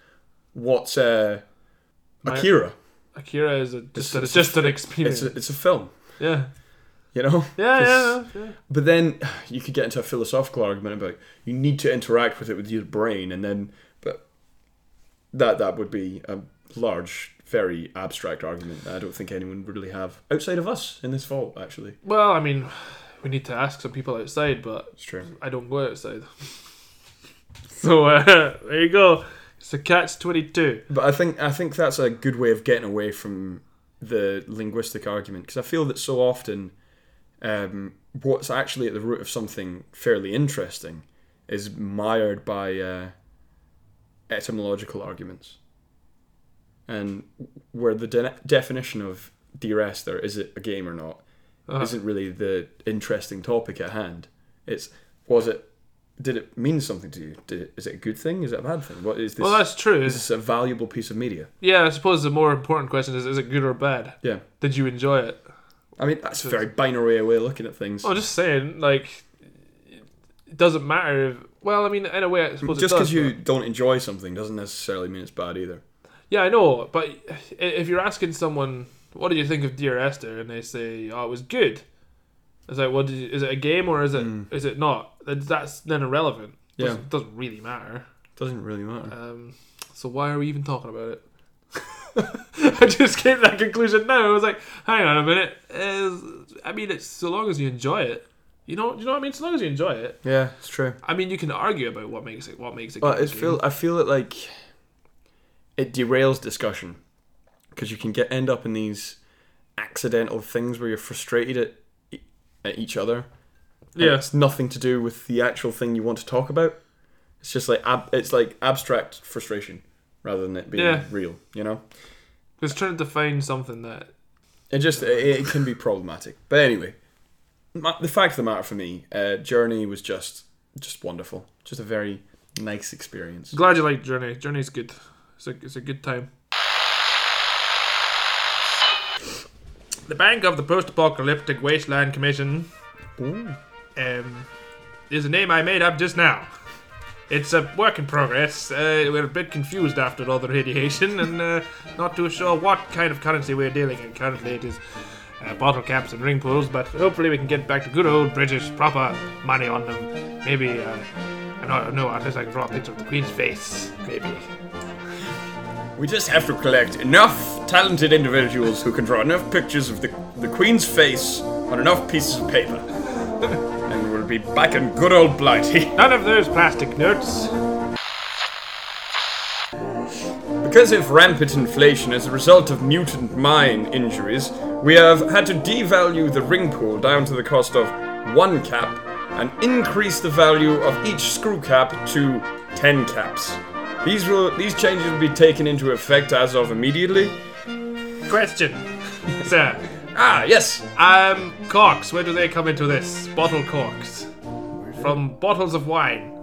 B: What's uh,
A: Uh-huh. My-
B: Akira?
A: Akira is a, just,
B: It's-
A: a-
B: it's
A: just an
B: It's
A: experience.
B: a, it's a film,
A: yeah.
B: you know.
A: Yeah,
B: 'Cause-
A: yeah, yeah, yeah.
B: But then you could get into a philosophical argument about you need to interact with it with your brain, and then but that that would be a large, very abstract argument that I don't think anyone would really have outside of us in this vault. Actually,
A: Well, I mean, we need to ask some people outside, but
B: it's true.
A: I don't go outside. (laughs) so uh, (laughs) there you go. It's a catch twenty-two.
B: But I think I think that's a good way of getting away from the linguistic argument because I feel that so often um, what's actually at the root of something fairly interesting is mired by uh, etymological arguments, and where the de- definition of dear Esther is it a game or not
A: Uh-huh.
B: isn't really the interesting topic at hand. It's was it. Did it mean something to you? Did it, is it a good thing? Is it a bad thing? What is this?
A: Well, that's true.
B: Is this a valuable piece of media?
A: Yeah, I suppose the more important question is: Is it good or bad?
B: Yeah.
A: Did you enjoy it?
B: I mean, that's a very binary way of looking at things.
A: I'm just saying, like, it doesn't matter. If, well, I mean, in a way, I suppose
B: Just
A: it does.
B: because you don't enjoy something doesn't necessarily mean it's bad either.
A: Yeah, I know, but i- if you're asking someone, what did you think of Dear Esther, and they say, oh, it was good, it's like, what did you, is it a game or is it is it not? That- That's then irrelevant.
B: Hmm. Yeah.
A: doesn't, doesn't really matter.
B: Doesn't really matter.
A: Um, so why are we even talking about it? (laughs) I just came to that conclusion now. I was like, hang on a minute. Is, I mean, it's so long as you enjoy it. You know, you know what I mean. So long as you enjoy it,
B: Yeah, it's true.
A: I mean, you can argue about what makes it what makes it.
B: But it's feel I feel it like it derails discussion because you can get end up in these accidental things where you're frustrated at e- at each other. and
A: Yeah.
B: it's nothing to do with the actual thing you want to talk about. It's just like ab- it's like abstract frustration rather than it being
A: Yeah.
B: real. You know,
A: Just trying to define something that
B: it just it, it can be problematic. But anyway, my, the fact of the matter for me, uh, Journey was just just wonderful, just a very nice experience.
A: Glad you like Journey. Journey's good. It's a, it's a good time. The Bank of the Post Apocalyptic Wasteland Commission. Um, is a name I made up just now. It's a work in progress. Uh, we're a bit confused after all the radiation and uh, not too sure what kind of currency we're dealing in. Currently, it is uh, bottle caps and ring pulls, but hopefully, we can get back to good old British proper money on them. Maybe, uh, I don't know, unless I can draw a picture of the Queen's face. Maybe.
B: We just have to collect enough talented individuals who can draw enough pictures of the, the Queen's face on enough pieces of paper. (laughs) and we'll be back in good old (laughs) Blighty.
A: None of those plastic notes.
B: Because of rampant inflation as a result of mutant mine injuries, we have had to devalue the ring pool down to the cost of one cap and increase the value of each screw cap to 10 caps. These, will, these changes will be taken into effect as of immediately.
A: Question, (laughs) sir.
B: Ah, yes!
A: Um, corks. Where do they come into this? Bottle corks from bottles of wine.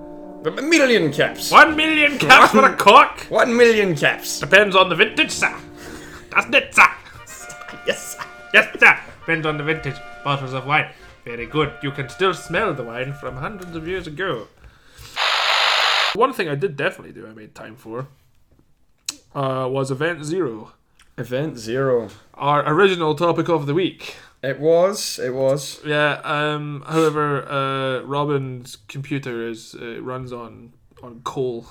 B: A million caps!
A: One million caps for a cork.
B: One million caps.
A: Depends on the vintage, sir. Doesn't it, sir?
B: Yes.
A: Yes, sir. Depends on the vintage. Bottles of wine. Very good. You can still smell the wine from hundreds of years ago. One thing I did definitely do, I made time for, uh, was Event Zero,
B: Event zero.
A: our original topic of the week.
B: It was. It was.
A: Yeah. Um. However, uh, Robin's computer is uh, runs on on coal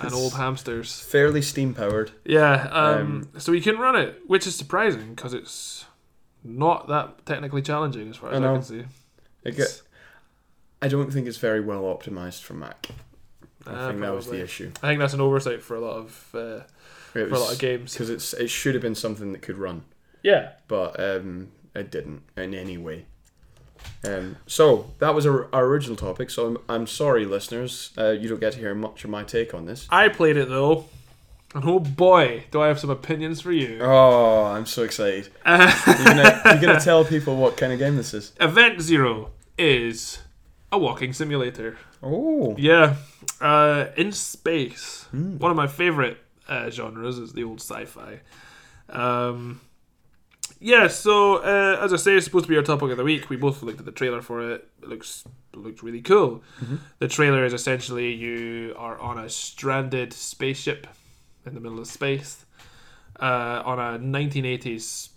A: and old hamsters.
B: Fairly steam powered.
A: Yeah. Um, So he can run it, which is surprising because it's not that technically challenging as far as I,
B: know.
A: can see. It's-
B: I don't think it's very well optimized for Mac. I
A: Uh,
B: think that was the
A: probably.
B: issue.
A: I think that's an oversight for a lot of uh,
B: It
A: for a lot of games.
B: because it's it should have been something that could run,
A: Yeah.
B: but um, it didn't in any way. Um, so that was our, our original topic. So I'm, I'm sorry, listeners. Uh, you don't get to hear much of my take on this.
A: I played it though, and oh boy, do I have some opinions for you.
B: Oh, I'm so excited! (laughs) you're, gonna, you're gonna tell people what kind of game this is.
A: Event Zero is a walking simulator.
B: Oh,
A: Yeah, uh, in space. One of my favorite uh, genres is the old sci-fi. Um, yeah, so uh, as I say, it's supposed to be our topic of the week. We both looked at the trailer for it. It looks it looks really cool. The trailer is essentially you are on a stranded spaceship in the middle of space uh, on a 1980s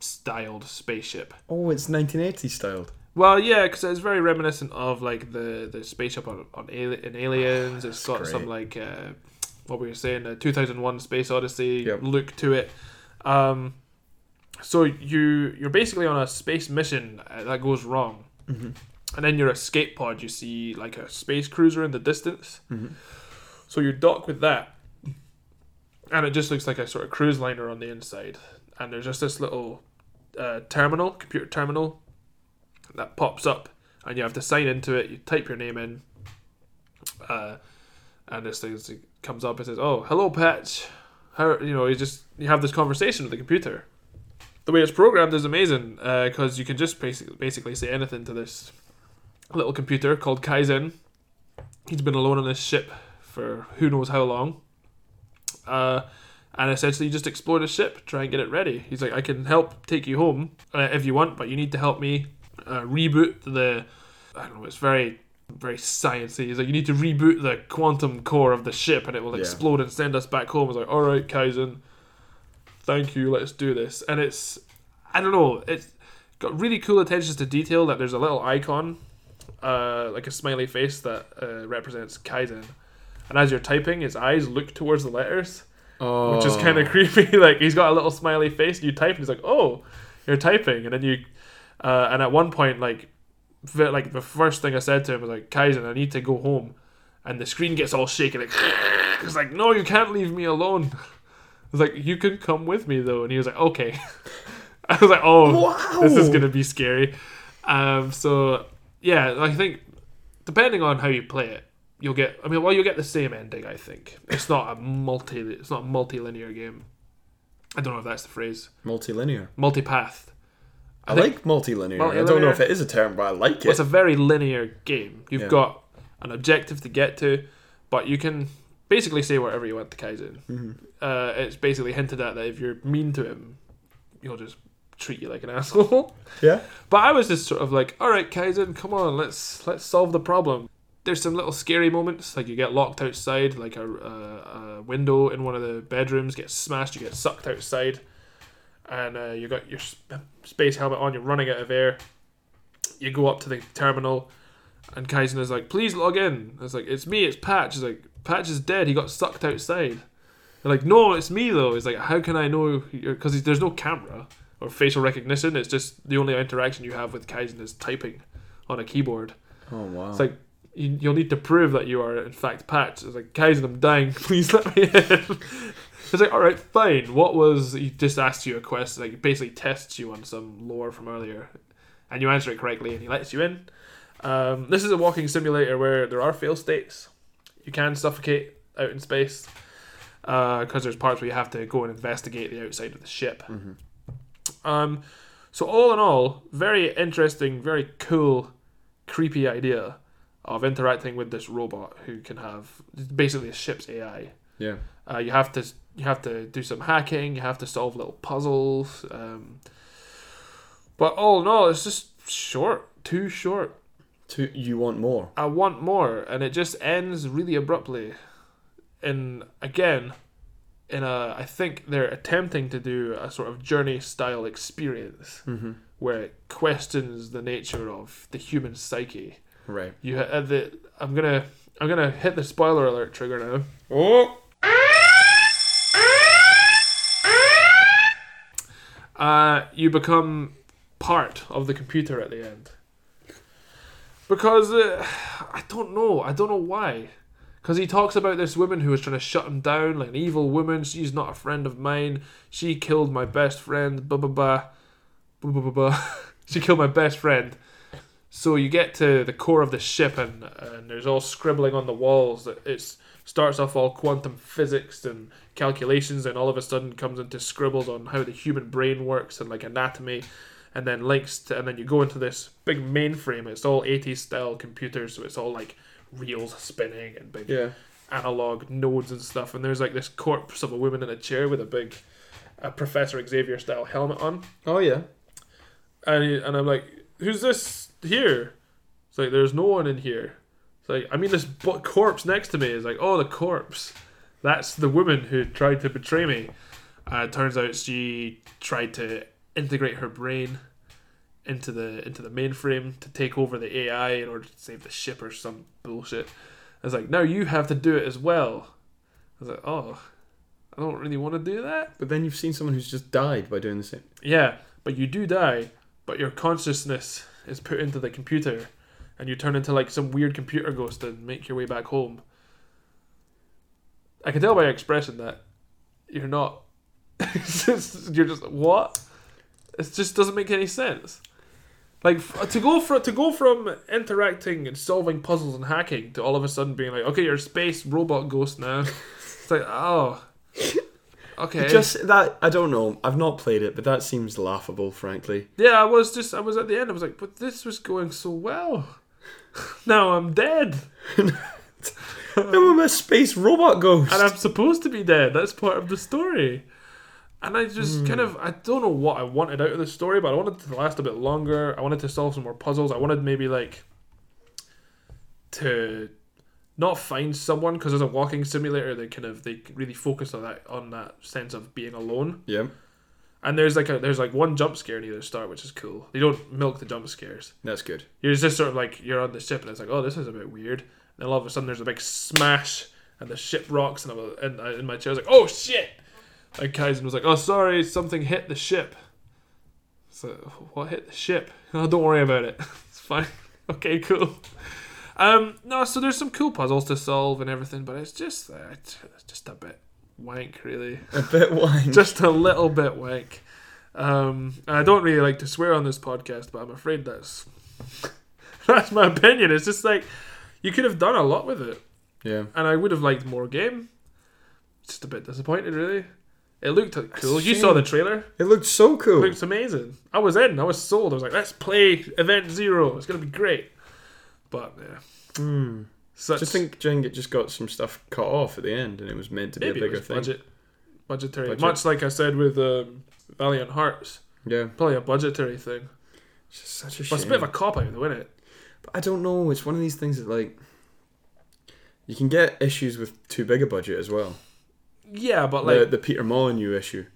A: styled spaceship.
B: oh, it's 1980 styled.
A: Well, yeah, because it's very reminiscent of like the the spaceship on on Ali- in Aliens. It's got
B: Ah, great.
A: some like uh, what were you saying? A 2001 Space Odyssey
B: Yep.
A: look to it. Um, so you you're basically on a space mission uh, that goes wrong,
B: Mm-hmm.
A: and in your escape pod you see like a space cruiser in the distance.
B: Mm-hmm.
A: So you dock with that, and it just looks like a sort of cruise liner on the inside. And there's just this little uh, terminal, computer terminal, that pops up, and you have to sign into it. You type your name in, uh, and this thing is- comes up. It says, "Oh, hello, Patch." How you know? You just you have this conversation with the computer. The way it's programmed is amazing because you can just basically, basically say anything to this little computer called Kaizen. He's been alone on this ship for who knows how long. Uh, and essentially, you just explore the ship, try and get it ready. He's like, I can help take you home uh, if you want, but you need to help me uh, reboot the. I don't know. It's very, very sciencey. He's like, you need to reboot the quantum core of the ship, and it will
B: Yeah.
A: explode and send us back home. I was like, all right, Kaizen, thank you. Let's do this. And it's, I don't know. It's got really cool attentions to detail. That there's a little icon, uh, like a smiley face that uh, represents Kaizen, and as you're typing, his eyes look towards the letters.
B: Oh.
A: which is kind of (laughs) creepy. like he's got a little smiley face. And you type, and he's like, "Oh, you're typing," and then you, uh, and at one point, like, f- like the first thing I said to him was like, "Kaizen, I need to go home," and the screen gets all shaky. Like, (laughs) it's like, "No, you can't leave me alone." (laughs) I was like, "You can come with me though," and he was like, "Okay." (laughs) I was like, "Oh,
B: Wow.
A: this is gonna be scary." Um, so yeah, I think depending on how you play it, you'll get. I mean, well, you'll get the same ending. I think it's not a multi. It's not a multi-linear game. I don't know if that's the phrase.
B: Multilinear.
A: Multipath.
B: I,
A: think-
B: like multilinear. I don't know if it is a term, but I like it.
A: It's a very linear game. You've
B: Yeah.
A: got an objective to get to, but you can basically say whatever you want to Kaizen.
B: Mm-hmm.
A: Uh, it's basically hinted at that if you're mean to him, he'll just treat you like an (laughs) asshole.
B: yeah.
A: But I was just sort of like, all right, Kaizen, come on, let's let's solve the problem. There's some little scary moments, like you get locked outside, like a, a, a window in one of the bedrooms gets smashed, you get sucked outside, and uh, you got your sp- space helmet on, you're running out of air. You go up to the terminal, and Kaizen is like, please log in. It's like, it's me, it's Patch. It's like, Patch is dead, he got sucked outside. They're like, no, it's me though. It's like, how can I know? Because there's no camera or facial recognition. It's just the only interaction you have with Kaizen is typing on a keyboard.
B: Oh wow.
A: It's like you, you'll need to prove that you are in fact Patch. It's like Kaizen, I'm dying. (laughs) Please let me in. It's like, all right, fine. What was he just asked you a question? Like, he basically tests you on some lore from earlier, and you answer it correctly, and he lets you in. Um, this is a walking simulator where there are fail states. You can suffocate out in space because there's parts where you have to go and investigate the outside of the ship. Um, so all in all, very interesting, very cool, creepy idea of interacting with this robot who can have it's basically a ship's AI.
B: yeah.
A: Uh, you have to you have to do some hacking. You have to solve little puzzles. Um, but all in all, it's just short, too short.
B: Two, you want more?
A: I want more, and it just ends really abruptly. And again, in a, I think they're attempting to do a sort of journey style experience where it questions the nature of the human psyche.
B: Right.
A: You ha- uh, the, I'm gonna I'm gonna hit the spoiler alert trigger now.
B: Oh.
A: uh, you become part of the computer at the end. Because uh, I don't know, I don't know why. Because he talks about this woman who was trying to shut him down, like an evil woman. She's not a friend of mine. She killed my best friend. Blah blah blah, blah blah blah. blah. (laughs) she killed my best friend. So you get to the core of the ship, and, and there's all scribbling on the walls that it's starts off all quantum physics and calculations and all of a sudden comes into scribbles on how the human brain works and like anatomy and then links to, and then you go into this big mainframe it's all 80s style computers so it's all like reels spinning and big
B: Yeah.
A: analog nodes and stuff and there's like this corpse of a woman in a chair with a big uh, professor xavier style helmet on
B: Oh yeah.
A: and he, and I'm like, who's this here? It's like there's no one in here. It's like I mean this bo- corpse next to me is like, oh the corpse, that's the woman who tried to betray me. Uh, turns out she tried to integrate her brain into the into the mainframe to take over the AI in order to save the ship or some bullshit. I was like, now you have to do it as well. I was like, oh, I don't really want to do that.
B: But then you've seen someone who's just died by doing the same.
A: Yeah, but you do die, but your consciousness is put into the computer, and you turn into like some weird computer ghost and make your way back home. I can tell by your expression that you're not. (laughs) it's just- you're just what? It just doesn't make any sense. Like f- to go from to go from interacting and solving puzzles and hacking to all of a sudden being like, okay, you're a space robot ghost now. it's like oh, okay.
B: Just that I don't know. I've not played it, but that seems laughable,
A: (laughs)
B: frankly.
A: Yeah, I was just I was at the end. I was like, but this was going so well. (laughs) now I'm dead,
B: Oh, I'm a space robot ghost.
A: and I'm supposed to be dead. That's part of the story. And I just kind of I don't know what I wanted out of the story, but I wanted it to last a bit longer. I wanted to solve some more puzzles. I wanted maybe like to not find someone because as a walking simulator, they kind of they really focus on that on that sense of being alone.
B: yeah.
A: And there's like a there's like one jump scare near the start, which is cool. They don't milk the jump scares.
B: That's good.
A: You're just sort of like you're on the ship and it's like, oh, this is a bit weird. And then all of a sudden there's a big smash and the ship rocks, and I'm uh, and I, in my chair, I was like, oh shit! And Kaizen was like, oh sorry, something hit the ship. So what hit the ship? (laughs) Oh, don't worry about it. (laughs) It's fine. okay, cool. Um, no, so there's some cool puzzles to solve and everything, but it's just uh, it's just a bit wank, really.
B: A bit (laughs) wine.
A: just a little bit wank. Um, I don't really like to swear on this podcast, but I'm afraid that's (laughs) that's my opinion. It's just like you could have done a lot with it,
B: yeah.
A: and I would have liked more game. Just a bit disappointed, really. It looked cool. You saw the trailer.
B: It looked so
A: It
B: cool.
A: looked amazing. I was in. I was sold. I was like, let's play Event Zero. It's gonna be great. But yeah,
B: Hmm.
A: such
B: just think Jenga just got some stuff cut off at the end, and it was meant to be
A: maybe
B: a
A: it
B: bigger
A: was
B: thing.
A: budget, budgetary.
B: Budget.
A: Much like I said with um, Valiant Hearts,
B: Yeah,
A: probably a budgetary thing.
B: it's just such a
A: But
B: shame.
A: it's a bit of a cop out, though, isn't it?
B: But I don't know. It's one of these things that like you can get issues with too big a budget as well.
A: Yeah, but
B: Like,
A: like,
B: the, the Peter Molyneux issue.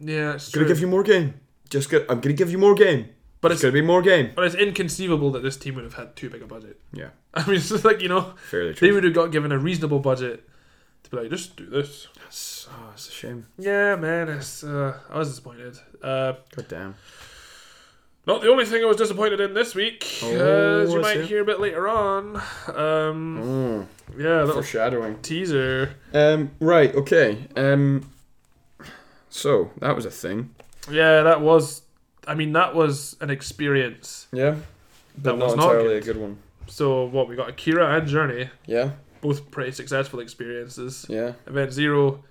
A: yeah, it's
B: Gonna
A: true.
B: give you more game. Just go, I'm gonna give you more game.
A: But
B: But
A: it's-
B: it's, gonna be more game.
A: but it's inconceivable that this team would have had too big a budget.
B: Yeah,
A: (laughs) I mean, it's just like you know,
B: fairly
A: they
B: true.
A: would have got given a reasonable budget to be like, just do this.
B: That's, oh, it's a shame.
A: Yeah, man, it's, uh, I was disappointed. Uh,
B: God damn.
A: not the only thing I was disappointed in this week,
B: Oh,
A: as you
B: what's
A: might
B: it?
A: hear a bit later on. Um,
B: Oh,
A: yeah, a little
B: foreshadowing.
A: (laughs) teaser.
B: Um, right. Okay. Um, so that was a thing.
A: Yeah, that was. I mean, that was an experience.
B: Yeah.
A: That
B: But
A: was
B: not
A: not
B: entirely a good one.
A: So what we got, Akira and Journey,
B: Yeah.
A: both pretty successful experiences.
B: Yeah.
A: Event Zero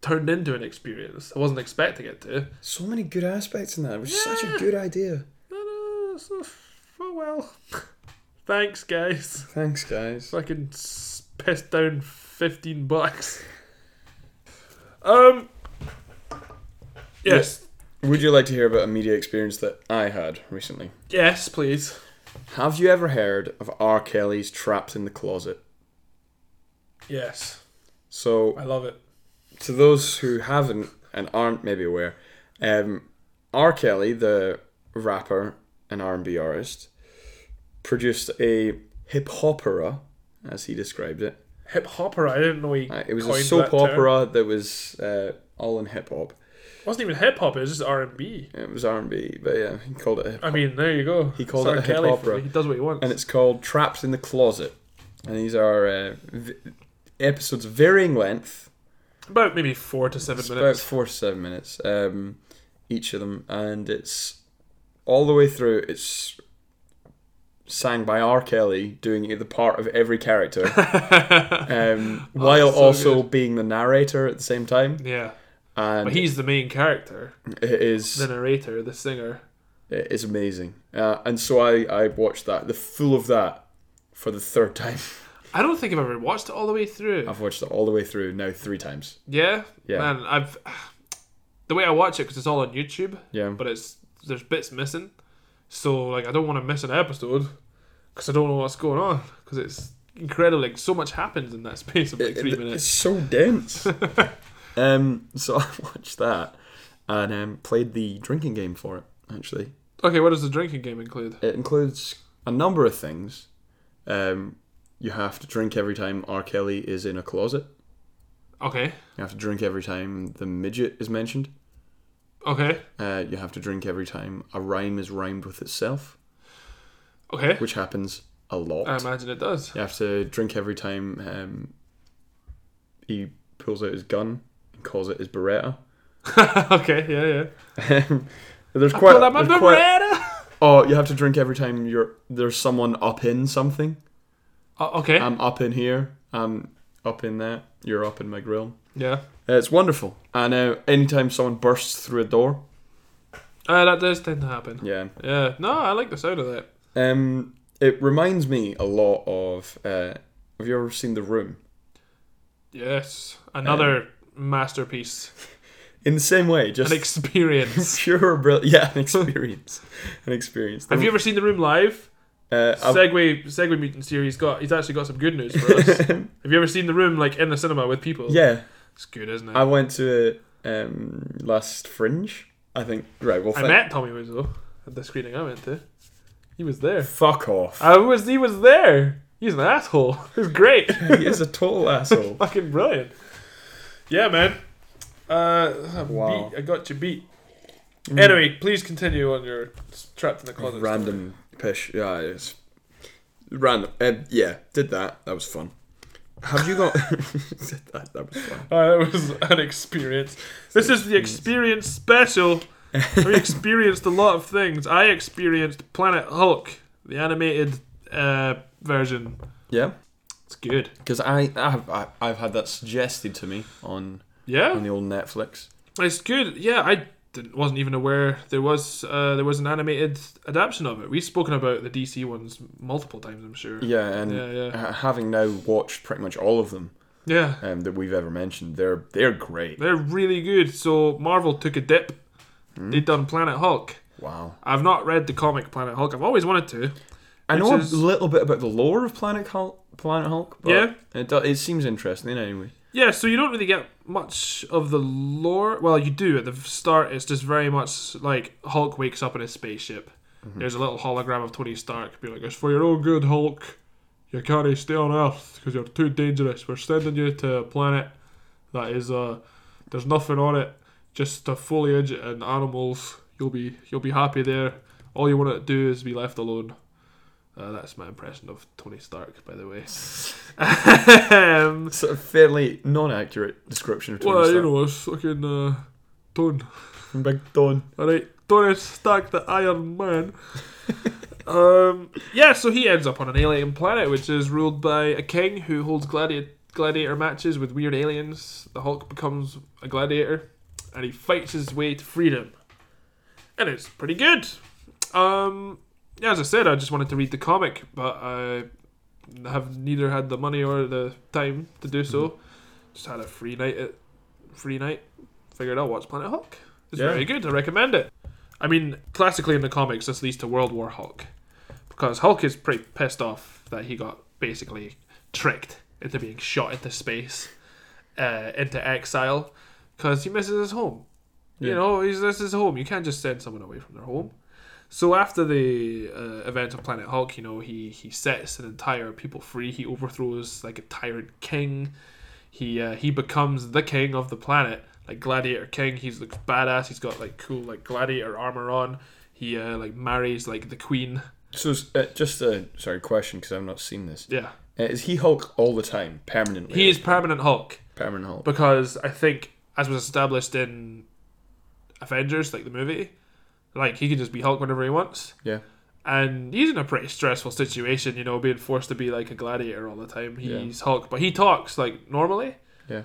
A: turned into an experience. I wasn't expecting it to.
B: So many good aspects in that. It was such
A: Yeah.
B: a good idea.
A: But, uh, so, oh well. (laughs) Thanks, guys.
B: Thanks, guys.
A: Fucking s- pissed down 15 bucks. Um. Yes.
B: Would you like to hear about a media experience that I had recently?
A: Yes, please.
B: Have you ever heard of R. Kelly's Trapped in the Closet?
A: Yes.
B: So,
A: I love it.
B: to those who haven't and aren't maybe aware, um, R. Kelly, the rapper and R&B artist, produced a hip opera, as he described it.
A: Hip hopper, I didn't know he.
B: Uh, it was
A: coined
B: a
A: that
B: soap
A: term.
B: opera that was uh, all in hip hop.
A: wasn't even hip hop, it was just R&B.
B: It was R&B, but yeah, he called it a hip
A: I mean, there you go.
B: He called
A: Sir
B: it a hip
A: Kelly,
B: opera.
A: He does what he wants.
B: and it's called Trapped in the Closet. And these are uh, v- episodes of varying length,
A: about maybe four to seven
B: it's about
A: minutes.
B: four to seven minutes um, each of them, and it's all the way through. It's sang by R. Kelly, doing the part of
A: (laughs)
B: every character, um, while
A: Oh, so
B: also being the narrator at the same time.
A: yeah.
B: And
A: But he's the main character,
B: it is
A: the narrator, the singer.
B: it is amazing. Uh, and so I I watched that the full of that for the third (laughs) time.
A: I don't think I've ever watched it all the way through.
B: I've watched it all the way through now three times.
A: Yeah,
B: Yeah.
A: Man, I've (sighs) the way I watch it because it's all on YouTube,
B: Yeah.
A: but it's there's bits missing, so like I don't want to miss an episode because I don't know what's going on because it's incredible. Like so much happens in that (laughs) space of like
B: It-
A: three
B: it-
A: minutes.
B: It's
A: (laughs)
B: so dense. um, so (laughs) I watched that and um, played the drinking game for it. Actually,
A: Okay, what does the drinking game include?
B: it includes a number of things. Um, you have to drink every time R. Kelly is in a closet.
A: Okay,
B: You have to drink every time the midget is mentioned.
A: okay,
B: Uh, you have to drink every time a rhyme is rhymed with itself,
A: okay.
B: which happens a lot.
A: I imagine it does.
B: you have to drink every time um, he pulls out his gun and calls it his Beretta.
A: (laughs) okay, yeah, yeah.
B: Um, there's
A: I
B: quite,
A: pulled out my
B: there's quite- (laughs)
A: Beretta.
B: Oh, you have to drink every time you're there's someone up in something.
A: Oh, okay,
B: I'm up in here. I'm up in that. You're up in my grill.
A: yeah.
B: Uh, It's wonderful. And uh, anytime someone bursts through a door,
A: Uh, that does tend to happen.
B: yeah.
A: Yeah. No, I like the sound of that.
B: Um, it reminds me a lot of. Uh, have you ever seen The Room?
A: Yes, another
B: (laughs)
A: masterpiece,
B: In the same way, just
A: an
B: (laughs)
A: experience.
B: pure brilliant. Yeah, an experience. an experience.
A: Have you ever seen the room live?
B: Uh, I've-
A: Segway Segway Mutant series got he's actually got some good news
B: (laughs)
A: for us. Have you ever seen the room like in the cinema with people?
B: yeah,
A: it's good, isn't it?
B: I
A: I,
B: went to um, last Fringe. I think right. Well, thank-
A: met Tommy Wiseau at the screening I went to. He was there.
B: Fuck off.
A: I was he was there. He's an asshole. (laughs) It's
B: (laughs)
A: great.
B: (laughs) he is a total (laughs) asshole.
A: Fucking brilliant. Yeah, man. Uh, I
B: Wow. Mm.
A: beat- I got you beat. Anyway, please continue on your s- trapped in the closet.
B: Random pish. Yeah, it's random. Um, yeah, did that. That was fun. Have (laughs) you got? did that. That was fun.
A: Uh, that was an experience. This is the experience special. We experienced a lot of things. I experienced Planet Hulk, the animated uh, version.
B: Yeah,
A: It's good.
B: because I, I have I, I've had that suggested to me on on
A: Yeah,
B: the old Netflix.
A: it's good. Yeah, I didn't, wasn't even aware there was uh, there was an animated adaptation of it. We've spoken about the DC ones multiple times, I'm sure.
B: Yeah, and
A: Yeah, yeah.
B: ha- having now watched pretty much all of them
A: Yeah,
B: um, that we've ever mentioned, they're they're great.
A: they're really good. So Marvel took a dip. They done Planet Hulk.
B: Wow.
A: I've not read the comic Planet Hulk. I've always wanted to.
B: I know
A: Which is-
B: a little bit about the lore of Planet Hulk. Planet Hulk. But
A: Yeah.
B: It, do, it seems interesting anyway.
A: Yeah, so you don't really get much of the lore. Well, you do at the start. It's just very much like Hulk wakes up in a spaceship. There's a little hologram of Tony Stark being like, "It's for your own good, Hulk. You can't stay on Earth because you're too dangerous. We're sending you to a planet that is uh, there's nothing on it, just the foliage and animals. You'll be you'll be happy there. All you want to do is be left alone." Uh, that's my impression of Tony Stark, by the way. (laughs) um,
B: It's a fairly non-accurate description of Tony
A: well, you
B: Stark.
A: know, it's fucking uh, done.
B: Big Don.
A: All right, Tony Stark, the Iron Man. um, yeah, so he ends up on an alien planet, which is ruled by a king who holds gladiator gladiator matches with weird aliens. The Hulk becomes a gladiator, and he fights his way to freedom, and it's pretty good. Um, yeah, as I said, I just wanted to read the comic, but I have neither had the money or the time to do so. Just had a free night at free night. Figured I'll watch Planet Hulk. It's
B: Yeah.
A: very good. I recommend it. I mean, classically in the comics, this leads to World War Hulk because Hulk is pretty pissed off that he got basically tricked into being shot into space, uh, into exile, because he misses his home. You
B: Yeah.
A: know, he's this is home. You can't just send someone away from their home. So after the uh, event of Planet Hulk, you know, he he sets an entire people free. He overthrows like a tyrant king. He uh, he becomes the king of the planet, like Gladiator King. He's looks badass. He's got like cool like gladiator armor on. He uh, like marries like the queen.
B: So it's, uh, just a sorry question because I've not seen this.
A: Yeah.
B: Uh, is he Hulk all the time, permanently?
A: He is permanent Hulk
B: permanent Hulk.
A: because I think, as was established in Avengers, like the movie, like he can just be Hulk whenever he wants.
B: yeah.
A: And he's in a pretty stressful situation, you know, being forced to be like a gladiator all the time.
B: Yeah.
A: He's Hulk, but he talks like normally.
B: Yeah.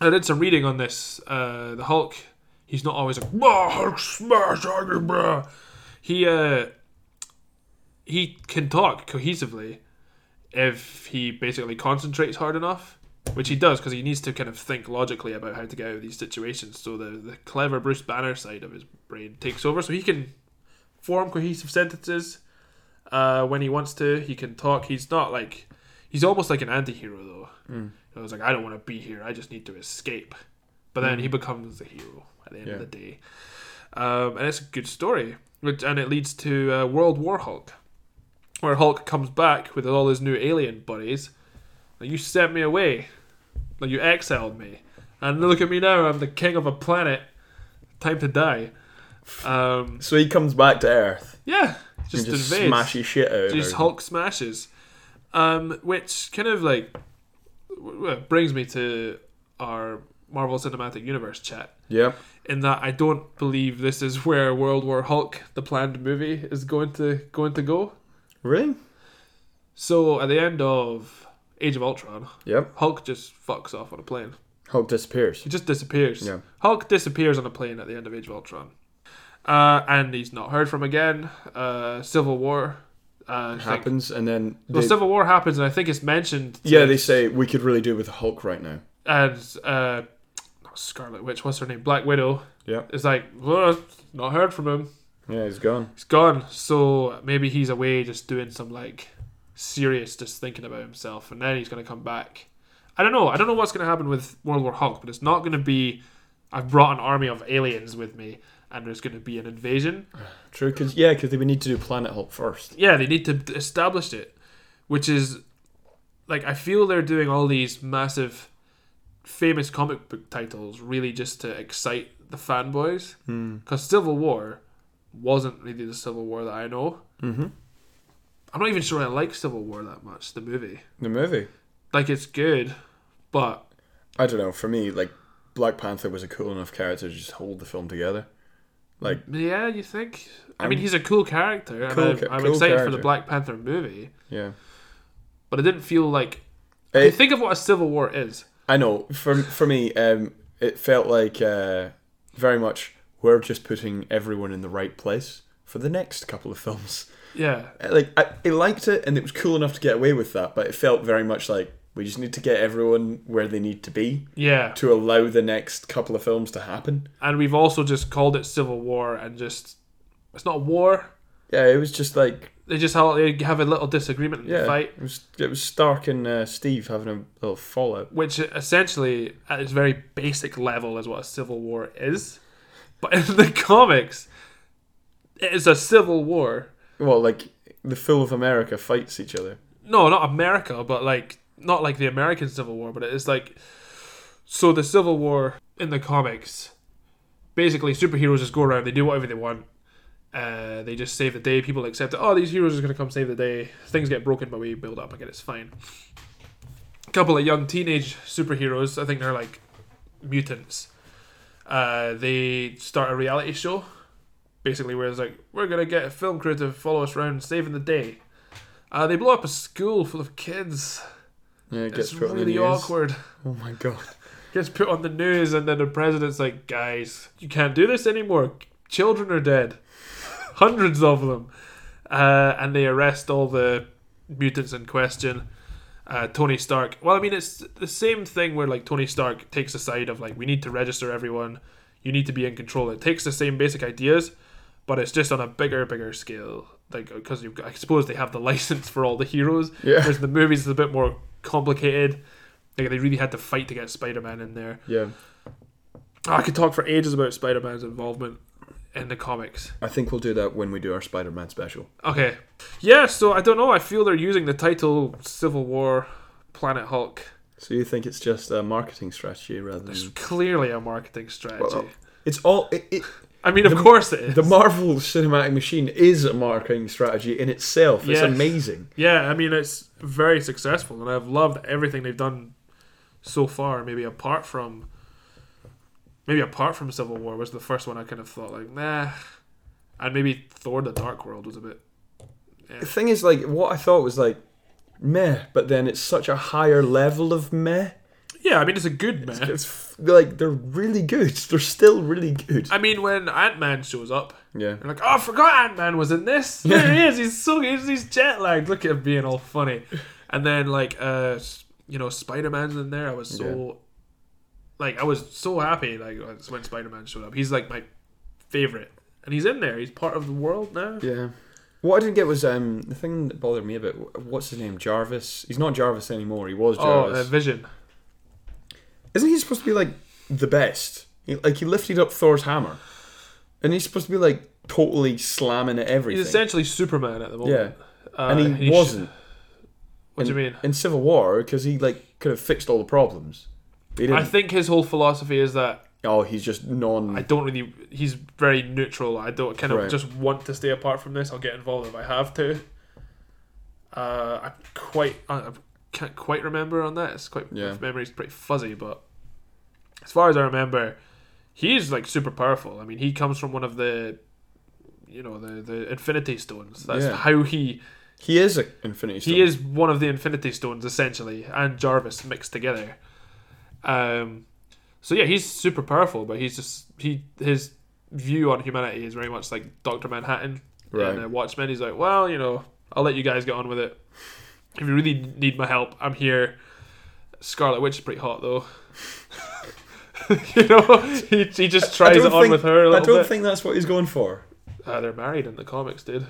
A: I did some reading on this. Uh, the Hulk, he's not always like, "Whoa, Hulk smash, I can, bruh." He uh, he can talk cohesively if he basically concentrates hard enough, which he does because he needs to kind of think logically about how to get out of these situations. So the the clever Bruce Banner side of his brain takes over, so he can form cohesive sentences uh, when he wants to. He can talk. He's not like he's almost like an anti-hero though. I was like, I don't want to be here. I just need to escape. But then he becomes a hero at the end of
B: Yeah.
A: the day, um, and it's a good story. Which, and it leads to uh, World War Hulk, where Hulk comes back with all his new alien buddies. Like, you sent me away. Like you exiled me, and look at me now. I'm the king of a planet. Time to die. Um,
B: So he comes back to Earth.
A: yeah, just,
B: Just, just
A: invades.
B: smashes shit out. of
A: Just
B: everything.
A: Hulk smashes, um, which kind of like w- w- brings me to our Marvel Cinematic Universe chat.
B: Yep.
A: In that I don't believe this is where World War Hulk, the planned movie, is going to going to go.
B: Really?
A: So at the end of Age of Ultron,
B: Yep.
A: Hulk just fucks off on a plane.
B: Hulk disappears.
A: He just disappears.
B: Yeah.
A: Hulk disappears on a plane at the end of Age of Ultron. Uh, and he's not heard from again. Uh, Civil War uh, I think-
B: Happens and then
A: Well,
B: they-
A: Civil War happens, and I think it's mentioned. to-
B: yeah, they say we could really do with Hulk right now.
A: and uh, not Scarlet Witch. What's her name? Black Widow
B: Yep.
A: is like, "Well, not heard from him.
B: Yeah, he's gone.
A: He's gone. So maybe he's away, just doing some like serious, just thinking about himself, and then he's gonna come back. I don't know. I don't know what's gonna happen with World War Hulk, but it's not gonna be. I've brought an army of aliens with me, and there's gonna be an invasion.
B: True, because yeah, because we need to do Planet Hulk first.
A: Yeah, they need to establish it. which is like I feel they're doing all these massive, famous comic book titles really just to excite the fanboys.
B: Hmm.
A: Because Civil War wasn't really the Civil War that I know.
B: Mhm.
A: I'm not even sure I like Civil War that much. The movie,
B: The movie.
A: like it's good, but
B: I don't know. For me, like Black Panther was a cool enough character to just hold the film together. Like
A: yeah, you think? I mean, he's a cool character. and
B: Cool
A: I'm,
B: ca-
A: I'm
B: cool
A: excited for
B: character.
A: the Black Panther movie,
B: yeah.
A: but it didn't feel like.
B: It-
A: think of what a Civil War is.
B: I know. For for me, um, it felt like uh, very much we're just putting everyone in the right place for the next couple of (laughs) films.
A: Yeah,
B: Uh, Like I, I liked it, and it was cool enough to get away with that. But it felt very much like we just need to get everyone where they need to be
A: yeah.
B: to allow the next couple of films to happen.
A: and we've also just called it civil war and just it's not war
B: Yeah, it was just like
A: they just have, they have a little disagreement and
B: yeah,
A: fight
B: it was it was Stark and uh, Steve having a little fallout.
A: which essentially at its very basic level is what a civil war is but (laughs) in the comics it is a civil war
B: Well, like the full of America fights each other.
A: no not america but like not like the american civil war but it is like so the civil war in the comics basically superheroes just go around they do whatever they want uh, they just save the day people accept it oh these heroes are going to come save the day things get broken but we build up again it's fine a couple of young teenage superheroes i think they're like mutants uh, they start a reality show basically where it's like we're going to get a film crew to follow us around saving the day uh, they blow up a school full of kids
B: Yeah, it gets
A: it's
B: put on the
A: really
B: news.
A: awkward. (laughs)
B: Oh my god.
A: Gets put on the news, and then the president's like, "Guys, you can't do this anymore. Children are dead, hundreds of them." Uh, and they arrest all the mutants in question. Uh, Tony Stark. Well, I mean, it's the same thing where like Tony Stark takes the side of like, "We need to register everyone. You need to be in control." It takes the same basic ideas, but it's just on a bigger, bigger scale. Like, because you've got, I suppose they have the (laughs) license for all the heroes.
B: Yeah.
A: Whereas the movies is a bit more complicated. Like they really had to fight to get Spider Man in there.
B: Yeah.
A: Oh, I could talk for ages about Spider Man's involvement in the comics.
B: I think we'll do that when we do our Spider Man special.
A: Okay. Yeah, so I don't know. I feel they're using the title Civil War Planet Hulk.
B: So you think it's just a marketing strategy rather than
A: It's clearly a marketing strategy.
B: Mm. Well, it's all it, it,
A: I mean, of course it
B: (laughs)
A: is.
B: the Marvel cinematic machine is a marketing strategy in itself. It's
A: Yes.
B: amazing.
A: yeah, I mean, it's very successful, and I've loved everything they've done so far. Maybe apart from. Maybe apart from Civil War was the first one I kind of thought like nah, and maybe Thor: The Dark World was a bit
B: The thing is, like, what I thought was like meh, but then it's such a higher level of meh.
A: Yeah, I mean it's a good man.
B: It's f- like they're really good. (laughs) They're still really good.
A: I mean when Ant Man shows up,
B: Yeah,
A: you're like, oh, I forgot Ant Man was in this. There he is. He's so he's, he's jet lagged. Look at him being all
B: (laughs)
A: funny. And then like uh s- you know Spider Man's in there. I was so like I was so happy like when Spider Man showed up. He's like my favorite, and he's in there. He's part of the world now.
B: yeah. What I didn't get was um the thing that bothered me about what's his name Jarvis. He's not Jarvis anymore. He was
A: Oh,
B: Jarvis.
A: uh, Vision.
B: Isn't he supposed to be like the best? He, like he lifted up Thor's hammer, and he's supposed to be like totally slamming at
A: He's
B: everything.
A: essentially Superman at the
B: yeah,
A: moment. Uh,
B: and he,
A: sh-
B: wasn't
A: what do you mean?
B: in Civil War because he like could have fixed all the problems. He didn't.
A: I think his whole philosophy is that
B: oh, he's just non.
A: I don't really. He's very neutral. I don't kind of
B: Right.
A: just want to stay apart from this. I'll get involved if I have to. Uh, I'm quite. I I can't quite remember on that. It's quite.
B: Yeah.
A: My memory's pretty fuzzy, but as far as I remember, he's like super powerful. I mean, he comes from one of the, you know, the the Infinity Stones. That's
B: Yeah.
A: how he
B: he is an Infinity Stone.
A: he is one of the Infinity Stones essentially, and Jarvis mixed together. Um, so yeah, he's super powerful, but he's just he his view on humanity is very much like Doctor Manhattan
B: Right.
A: and uh, Watchmen. He's like, well, you know, I'll let you guys get on with it. If you really need my help, I'm here. Scarlet Witch is pretty hot though. (laughs) you know, (laughs) he, he just
B: I
A: tries it
B: don't
A: on
B: think-
A: with her a
B: I
A: little
B: don't
A: bit.
B: think that's what he's going for.
A: uh, they're married in the comics, dude.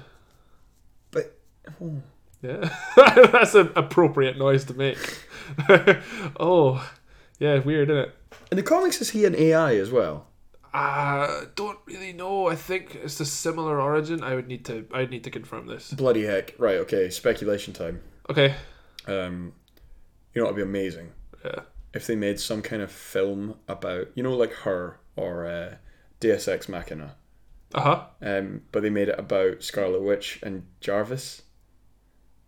B: But
A: Yeah, (laughs) that's an appropriate noise to make. (laughs) oh, yeah, weird, isn't it?
B: in the comics, is he an AI as well?
A: Uh, don't really know. I think it's a similar origin. I would need to. I'd need to confirm this.
B: Bloody heck! Right. Okay. Speculation time.
A: Okay.
B: Um, you know, it'd be amazing
A: Yeah.
B: if they made some kind of film about you know like her or uh, Deus Ex Machina,
A: Uh huh.
B: um, but they made it about Scarlet Witch and Jarvis.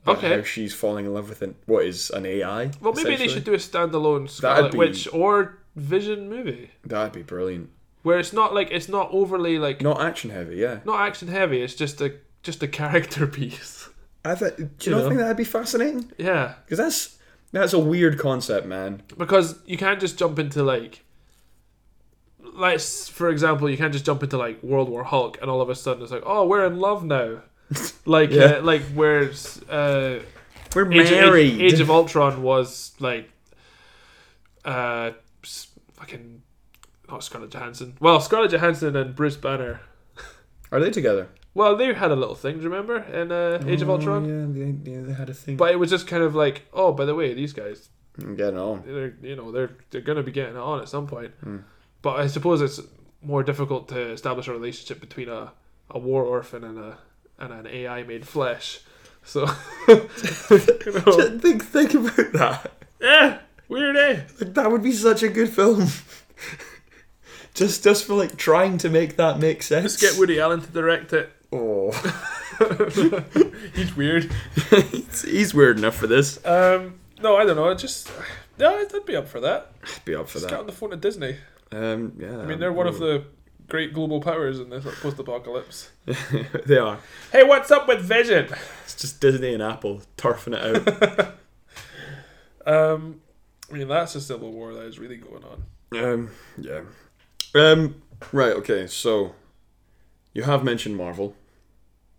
B: About
A: Okay.
B: How she's falling in love with an, what is an AI?
A: Well, maybe they
B: essentially.
A: should do a standalone Scarlet
B: be-
A: Witch or Vision movie
B: That'd be brilliant.
A: where it's not like it's not overly like
B: Not action heavy, yeah.
A: not action heavy. It's just a just a character (laughs) piece.
B: I th- do you,
A: You
B: not
A: know.
B: think that'd be fascinating?
A: Yeah,
B: Because that's that's a weird concept, man.
A: because you can't just jump into like, let's for example, you can't just jump into like World War Hulk and all of a sudden it's like, oh, we're in love (laughs) now. Like,
B: Yeah.
A: uh, like where's uh,
B: We're
A: Age,
B: married.
A: Age, Age of Ultron was like, uh, s- fucking not Scarlett Johansson. Well, Scarlett Johansson and Bruce Banner.
B: Are they together? Oh,
A: Well, they had a little thing, do you remember, in uh, Age of Ultron.
B: Yeah, they, yeah, they had a thing.
A: But it was just kind of like, oh, by the way, these guys,
B: I'm
A: (laughs)
B: getting on.
A: they're you know they're they're gonna be getting it on at some point.
B: Hmm.
A: But I suppose it's more difficult to establish a relationship between a, a war orphan and a and an AI made flesh. So (laughs) you know,
B: Think, think about that.
A: yeah, weird, eh?
B: Like, that would be such a good film. (laughs) just just for like trying to make that make sense.
A: Let's get Woody Allen to direct it. (laughs)
B: oh,
A: He's weird.
B: he's, he's weird enough for this.
A: Um, no, I don't know. I just yeah, I'd I'd be up for that.
B: I'd be up for
A: Just get
B: that.
A: on the phone to Disney.
B: Um, yeah.
A: I mean, they're one of the great global powers in this like, post-apocalypse.
B: (laughs) they are.
A: Hey, what's up with Vision?
B: It's just Disney and Apple turfing it out.
A: Um, I mean, that's a civil war that is really going on. (laughs)
B: um, yeah. Um, right. Okay. So, you have mentioned Marvel.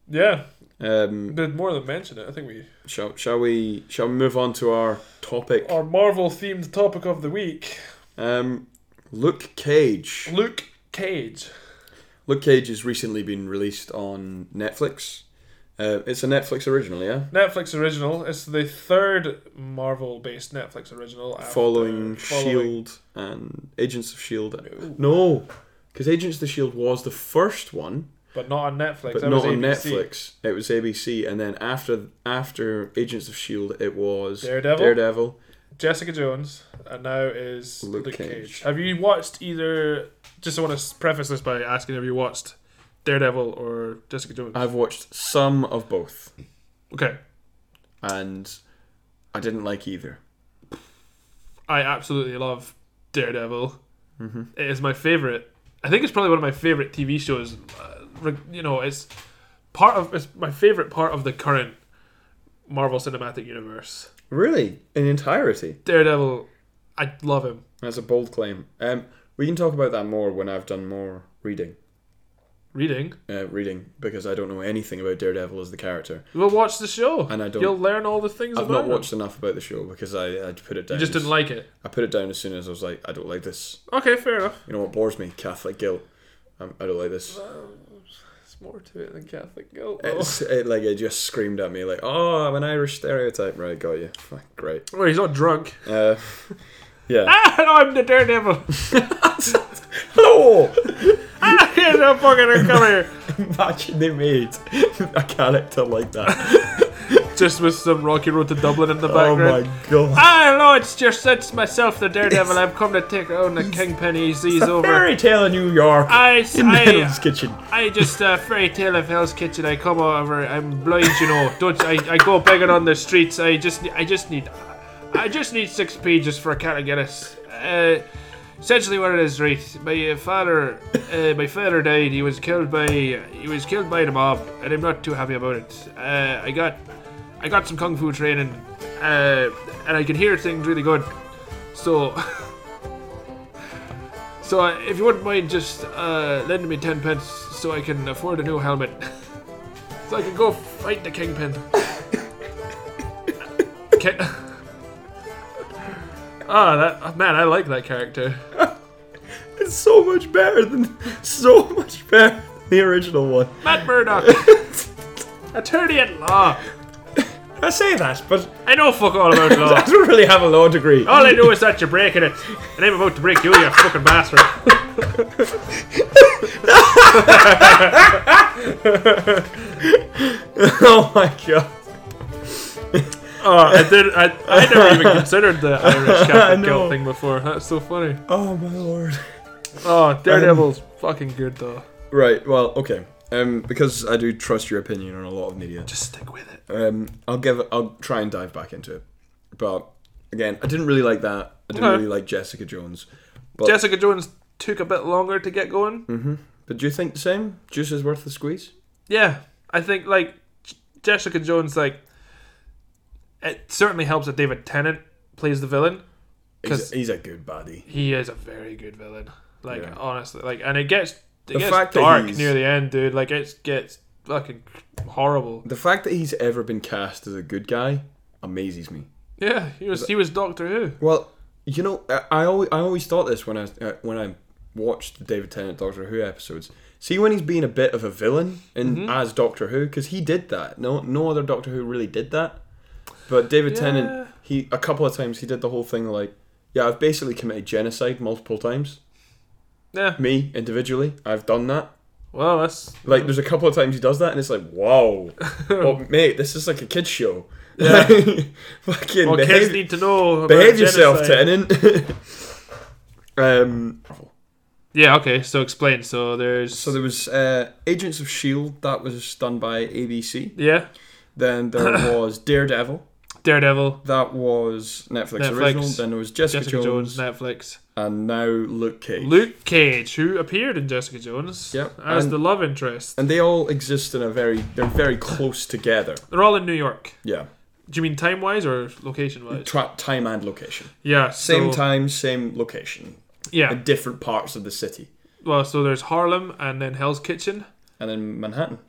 A: Yeah,
B: Um,
A: but more than mention it, I think we
B: Shall, shall we shall we move on to our topic?
A: our Marvel themed topic of the week:
B: Um, Luke Cage.
A: Luke Cage.
B: Luke Cage has recently been released on Netflix. Uh, it's a Netflix original, yeah.
A: Netflix original. It's the third Marvel-based Netflix original. after
B: Uh, Following,
A: following-
B: Shield E and Agents of Shield. E No, because Agents of the Shield E was the first one,
A: but not on Netflix.
B: but
A: that was
B: not on
A: ABC.
B: Netflix. It was ABC, and then after after Agents of Shield, E it was
A: Daredevil?
B: Daredevil.
A: Jessica Jones, and now is
B: Luke
A: Luke,
B: Cage.
A: Cage. Have you watched either? Just I want to preface this by asking: Have you watched Daredevil or Jessica Jones?
B: I've watched some of both,
A: okay,
B: and I didn't like either.
A: I absolutely love Daredevil.
B: Mm-hmm.
A: It is my favorite. I think it's probably one of my favorite TV shows. Uh, re- you know, it's part of it's my favorite part of the current Marvel Cinematic Universe.
B: Really, in entirety.
A: Daredevil, I love him.
B: That's a bold claim. Um, we can talk about that more when I've done more reading.
A: Reading,
B: Uh, reading because I don't know anything about Daredevil as the character.
A: we'll watch the show,
B: And I don't-
A: You'll learn all the things
B: I've
A: about
B: not
A: him.
B: watched enough about the show because I I put it down.
A: You just didn't like it.
B: I put it down as soon as I was like, I don't like this.
A: Okay, fair enough.
B: You know what bores me? Catholic guilt. Um, I don't like this.
A: It's more to it than Catholic guilt.
B: It's, it like it just screamed at me like, oh, I'm an Irish stereotype. Right, got you. Fuck, Great.
A: Well, he's not drunk. (laughs)
B: Uh, (laughs) yeah.
A: Ah, no, I'm the daredevil. (laughs)
B: Hello.
A: Ah, here's a fucking come here.
B: Imagine they made a character like that.
A: Just with some Rocky Road to Dublin in the
B: oh
A: background.
B: my god.
A: Ah, no, it's just it's myself, the Daredevil. I've come to take on the Kingpin. He's, he's over.
B: Fairy tale in New York. (laughs)
A: I,
B: in Hell's
A: I,
B: Kitchen.
A: I just uh, fairy tale of Hell's Kitchen. I come over. I'm blind, you know. Don't I? I go begging on the streets. I just ne- I just need I just need six pages for a can of Guinness. Uh, essentially, what it is, right? My uh, father, uh, my father died. He was killed by he was killed by the mob, and I'm not too happy about it. Uh, I got I got some kung fu training, uh, and I can hear things really good. So, (laughs) so uh, if you wouldn't mind just uh, lending me ten pence so I can afford a new helmet, (laughs) so I can go fight the (laughs) kingpin. Ki- Ah, that man, I like that character.
B: It's so much better than (laughs) so much better than the original one.
A: Matt (laughs) Murdock, attorney at law.
B: I say that, but Oh.
A: I know fuck all about law.
B: (laughs)
A: (laughs)
B: I don't really have a law degree. (laughs)
A: All I know is that you're breaking it, and I'm about to break you, you fucking bastard.
B: oh my god.
A: (laughs) Oh, I did. I, I never even (laughs) considered the (laughs) Irish
B: I
A: Catholic
B: know.
A: guilt thing before. That's so funny.
B: Oh my lord.
A: Oh, Daredevil's fucking good though.
B: Right. Well, okay. Um, because I do trust your opinion on a lot of media.
A: Just stick with it.
B: Um, I'll give. I'll try and dive back into it. But again, I didn't really like that. I didn't
A: Okay.
B: really like Jessica Jones. But,
A: Jessica Jones took a bit longer to get going.
B: hmm But do you think the same? Juice is worth the squeeze.
A: Yeah, I think like J- Jessica Jones, like it certainly helps that David Tennant plays the villain.
B: He's,
A: 'Cause-
B: he's a good baddie.
A: He is a very good villain. Like
B: Yeah.
A: honestly, like and it gets it
B: The
A: gets
B: fact that
A: dark
B: he's-
A: near the end, dude. Like it gets fucking horrible.
B: The fact that he's ever been cast as a good guy amazes me.
A: Yeah, he was he was Doctor Who.
B: Well, you know, I, I always I always thought this when I uh, when I watched the David Tennant Doctor Who episodes. See when he's being a bit of a villain in
A: Mm-hmm.
B: as Doctor Who because he did that. No, no other Doctor Who really did that. But David
A: Yeah.
B: Tennant, he a couple of times he did the whole thing like, yeah, I've basically committed genocide multiple times.
A: Yeah.
B: Me individually, I've done that.
A: Well, that's
B: Like, there's a couple of times he does that, and it's like,
A: (laughs)
B: wow, well, mate, this is like a kids show. (laughs)
A: Yeah.
B: fucking
A: well,
B: behave-
A: kids need to know. About
B: Behave yourself,
A: genocide.
B: Tennant. (laughs) um,
A: Yeah. Okay. So explain. So there's.
B: so there was uh, Agents of Shield that was done by ABC.
A: yeah.
B: Then there
A: (laughs)
B: was Daredevil
A: Daredevil,
B: that was Netflix,
A: Netflix.
B: original. Then there was Jessica,
A: Jessica
B: Jones,
A: Jones, Netflix.
B: and now Luke Cage.
A: Luke Cage, who appeared in Jessica Jones
B: Yep,
A: as
B: and-
A: the love interest.
B: And they all exist in a very they're very close together.
A: They're all in New York.
B: Yeah,
A: Do you mean time wise or location wise?
B: Tra- time and location.
A: Yeah.
B: Same
A: so-
B: time, same location,
A: Yeah.
B: in different parts of the city,
A: Well, so there's Harlem and then Hell's Kitchen.
B: and in Manhattan.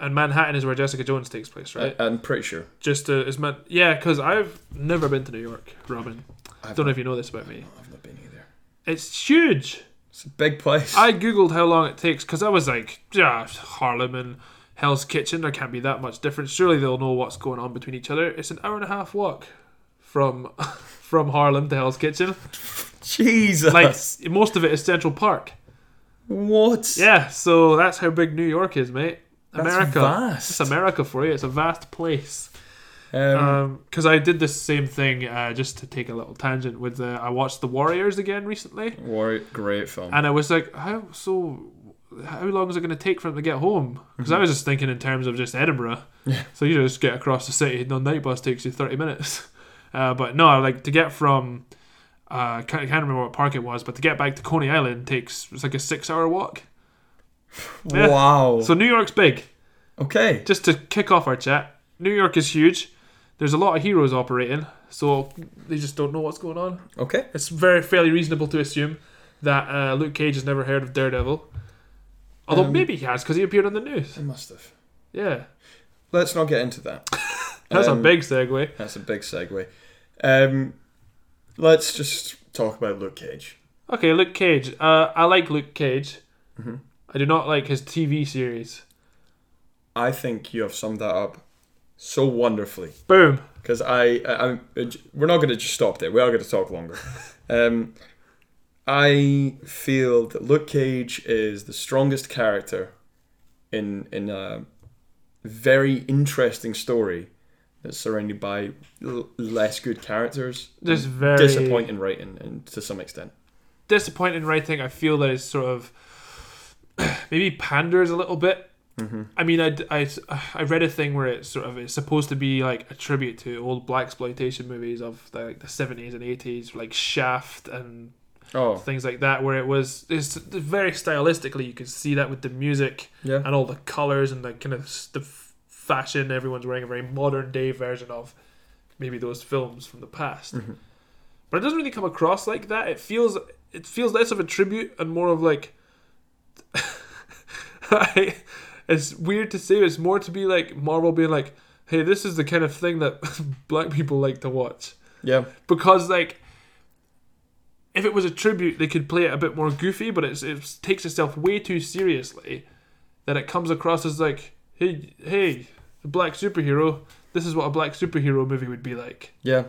A: And Manhattan is where Jessica Jones takes place, right?
B: I, I'm pretty sure.
A: Just to, it's meant, yeah, because I've never been to New York, Robin.
B: I've
A: Don't know if you know this about me.
B: I've not been either.
A: It's huge.
B: It's a big place.
A: I googled how long it takes because I was like, yeah, Harlem and Hell's Kitchen. There can't be that much difference. Surely they'll know what's going on between each other. It's an hour and a half walk from (laughs) from Harlem to Hell's Kitchen.
B: (laughs) Jesus.
A: Like most of it is Central Park.
B: What?
A: Yeah, so that's how big New York is, mate.
B: That's
A: America.
B: vast.
A: It's America for you. It's a Uh, vast place.
B: Um,
A: Because I did the same thing uh, just to take a little tangent with. Uh, I watched The Warriors again recently.
B: War- great film.
A: and I was like, how so? How long is it going to take for them to get home? Because I was just thinking in terms of just Edinburgh.
B: Yeah.
A: So you just get across the city. No night bus takes you thirty minutes. (laughs) Uh, but no, like to get from, uh, I can't, can't remember what park it was, but to get back to Coney Island takes it's like a six-hour walk. yeah.
B: Wow.
A: So New York's big.
B: okay.
A: Just to kick off our chat, New York is huge. There's a lot of heroes operating, so they just don't know what's going on.
B: Okay.
A: It's very fairly reasonable to assume that uh, Luke Cage has never heard of Daredevil. Although
B: Um,
A: maybe he has because he appeared on the news.
B: I must have.
A: Yeah,
B: Let's not get into that.
A: that's
B: Um,
A: a big segue.
B: That's a big segue. Um, let's just talk about Luke Cage.
A: Okay, Luke Cage. Uh, I like Luke Cage.
B: Mm-hmm.
A: I do not like his TV series.
B: I think you have summed that up so wonderfully
A: Boom.
B: because I, I, I'm- we're not going to just stop there. We are going to talk longer. um, I feel that Luke Cage is the strongest character in in a very interesting story that's surrounded by l- less good characters.
A: Just very
B: disappointing writing, and to some extent,
A: disappointing writing. I feel that is sort of (clears throat) maybe panders a little bit. I mean, I, I, I read a thing where it's sort of it's supposed to be like a tribute to old black exploitation movies of the, like the seventies and eighties, like Shaft and
B: oh
A: things like that, where it was it's very stylistically you could see that with the music
B: yeah,
A: and all the colors and the kind of s- the f- fashion everyone's wearing a very modern day version of maybe those films from the past but it doesn't really come across like that it feels it feels less of a tribute and more of like (laughs) I, it's weird to say but it's more to be like marvel being like hey this is the kind of thing that (laughs) black people like to watch
B: yeah,
A: because like if it was a tribute they could play it a bit more goofy but it's, it takes itself way too seriously that it comes across as like hey hey a black superhero this is what a black superhero movie would be like
B: yeah.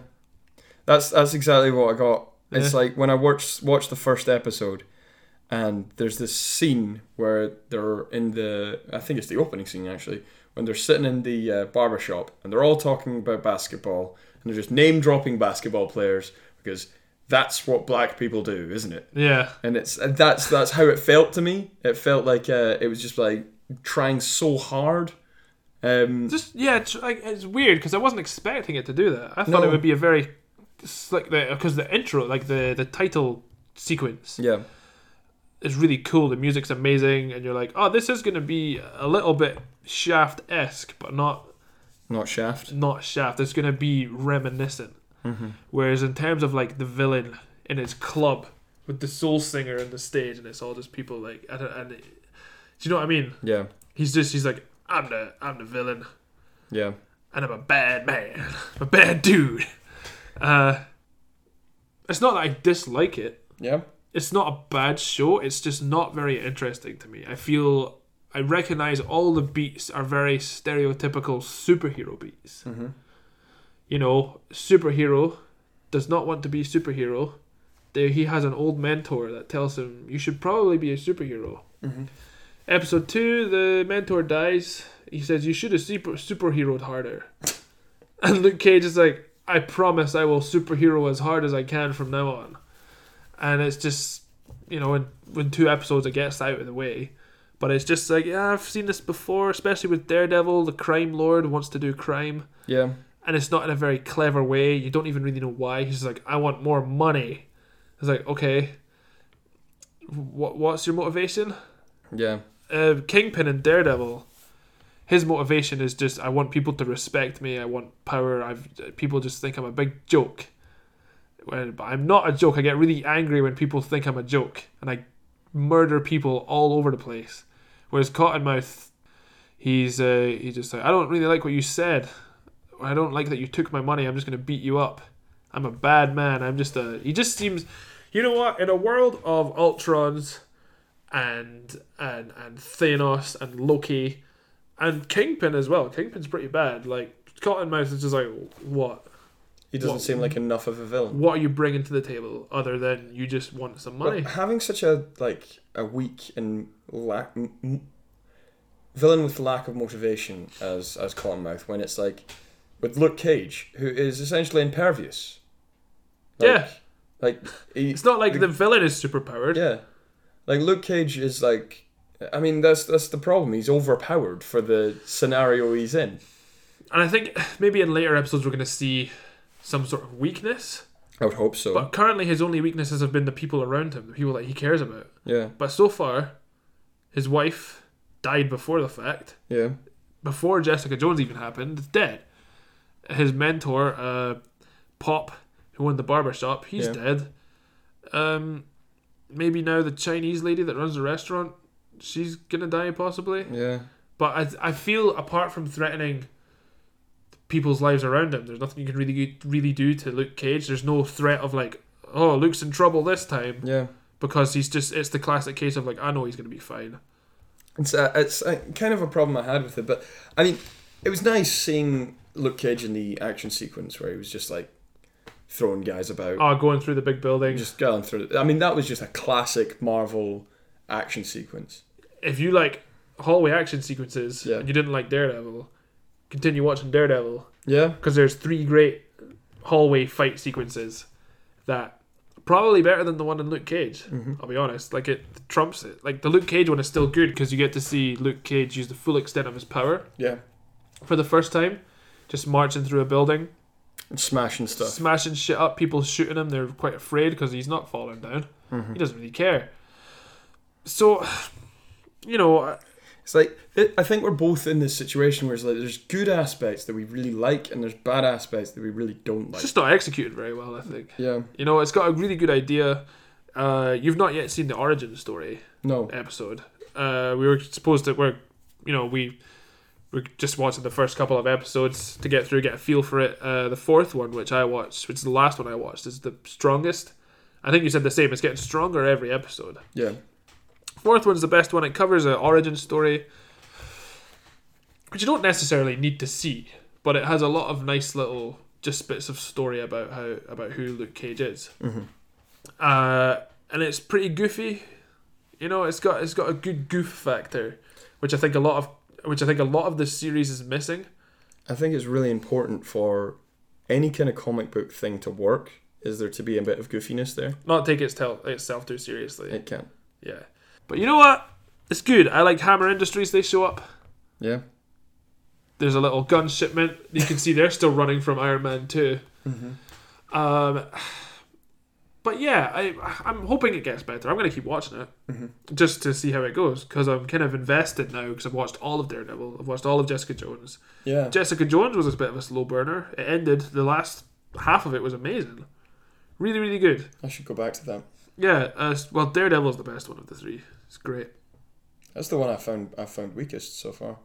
B: That's that's exactly what I got. It's like when I watched watched the first episode, and there's this scene where they're in the I think it's the opening scene actually, when they're sitting in the uh, barber shop and they're all talking about basketball and they're just name dropping basketball players because that's what black people do, isn't it?
A: Yeah.
B: and it's and that's that's how it felt to me. It felt like uh, it was just like trying so hard. Um,
A: Just yeah, it's, like, it's weird because I wasn't expecting it to do that. I thought
B: No.
A: it would be a very it's like the because the intro, like the the title sequence
B: yeah,
A: is really cool. The music's amazing, and you're like, oh, this is going to be a little bit Shaft esque, but not
B: not Shaft.
A: not Shaft. It's going to be reminiscent. Whereas in terms of like the villain in his club with the soul singer on the stage, and it's all just people like I don't, and do you know what I mean?
B: Yeah,
A: He's just he's like I'm the I'm the villain
B: yeah,
A: and I'm a bad man, (laughs) I'm a bad dude. Uh, it's not that I dislike it.
B: yeah,
A: It's not a bad show. It's just not very interesting to me. I feel I recognize all the beats are very stereotypical superhero beats. Mm-hmm. You know, superhero does not want to be superhero. There, he has an old mentor that tells him you should probably be a superhero. Episode two, the mentor dies. He says, You should have super- superheroed harder. (laughs) and Luke Cage is like, I promise I will superhero as hard as I can from now on. And it's just, you know, when, when two episodes, it gets out of the way. But it's just like, yeah, I've seen this before, especially with Daredevil. The crime lord wants to do crime.
B: yeah,
A: And it's not in a very clever way. You don't even really know why. He's just like, I want more money. It's like, okay, what, what's your motivation?
B: yeah,
A: uh, Kingpin and Daredevil, his motivation is just I want people to respect me. I want power. I've people just think I'm a big joke. When, but I'm not a joke. I get really angry when people think I'm a joke, and I murder people all over the place. Whereas Cottonmouth, he's uh, he just like I don't really like what you said. Or I don't like that you took my money. I'm just gonna beat you up. I'm a bad man. I'm just a. He just seems. You know what? In a world of Ultrons, and and and Thanos and Loki and Kingpin as well. Kingpin's pretty bad. Like Cottonmouth is just like, what?
B: He doesn't
A: What-
B: seem like enough of a villain.
A: What are you bringing to the table other than you just want some
B: But
A: money?
B: having such a like a weak and lack m- m- villain with lack of motivation as as Cottonmouth, when it's like with Luke Cage, who is essentially impervious.
A: Yeah.
B: like he,
A: It's not like the villain is superpowered.
B: Yeah, like Luke Cage is like, I mean that's that's the problem. He's overpowered for the scenario he's in.
A: And I think maybe in later episodes we're gonna see some sort of weakness.
B: I would hope so.
A: But currently his only weaknesses have been the people around him, the people that he cares about.
B: yeah,
A: But so far, his wife died before the fact.
B: yeah,
A: before Jessica Jones even happened, is dead. His mentor, uh, Pop, who owned the barber shop, he's
B: Yeah.
A: dead. Um, maybe now the Chinese lady that runs the restaurant, she's gonna die possibly.
B: yeah,
A: But I, I feel apart from threatening people's lives around him, there's nothing you can really really do to Luke Cage. There's no threat of like, oh, Luke's in trouble this time
B: yeah.
A: because he's just it's the classic case of like, I know he's gonna be fine.
B: It's a, it's a, kind of a problem I had with it, but I mean, it was nice seeing Luke Cage in the action sequence where he was just like throwing guys about,
A: Ah, going through the big building.
B: just going through. I mean, that was just a classic Marvel action sequence.
A: if you like hallway action sequences
B: Yeah.
A: and you didn't like Daredevil, continue watching Daredevil
B: Yeah,
A: because there's three great hallway fight sequences that probably better than the one in Luke Cage. I'll be honest, like it trumps it. Like the Luke Cage one is still good because you get to see Luke Cage use the full extent of his power
B: yeah,
A: for the first time, just marching through a building,
B: and smashing stuff.
A: smashing shit up, people shooting him. They're quite afraid because he's not falling down. He doesn't really care. So, you know,
B: It's like it, I think we're both in this situation where it's like there's good aspects that we really like and there's bad aspects that we really don't like.
A: It's just not executed very well, I think.
B: yeah,
A: You know, it's got a really good idea. Uh, you've not yet seen the origin story
B: no,
A: episode. Uh, we were supposed to, we're, you know, we we're just watching the first couple of episodes to get through, get a feel for it. Uh, the fourth one, which I watched, which is the last one I watched, is the strongest. I think you said the same. It's getting stronger every episode.
B: yeah,
A: Fourth one's the best one. It covers an origin story, which you don't necessarily need to see, but it has a lot of nice little just bits of story about how about who Luke Cage is. Uh, and it's pretty goofy. You know, it's got it's got a good goof factor, which I think a lot of which I think a lot of this series is missing.
B: I think it's really important for any kind of comic book thing to work. Is there to be a bit of goofiness there?
A: Not take its tel- itself too seriously.
B: It can.
A: Yeah. But you know what? It's good. I like Hammer Industries. They show up.
B: Yeah.
A: There's a little gun shipment. You can see they're still running from Iron Man 2. Um, but yeah, I, I'm hoping it gets better. I'm going to keep watching it just to see how it goes because I'm kind of invested now because I've watched all of Daredevil. I've watched all of Jessica Jones.
B: Yeah.
A: Jessica Jones was a bit of a slow burner. It ended. The last half of it was amazing. Really, really good.
B: I should go back to that.
A: Yeah. Uh, well, Daredevil's the best one of the three. It's great.
B: That's the one I found I found weakest so far.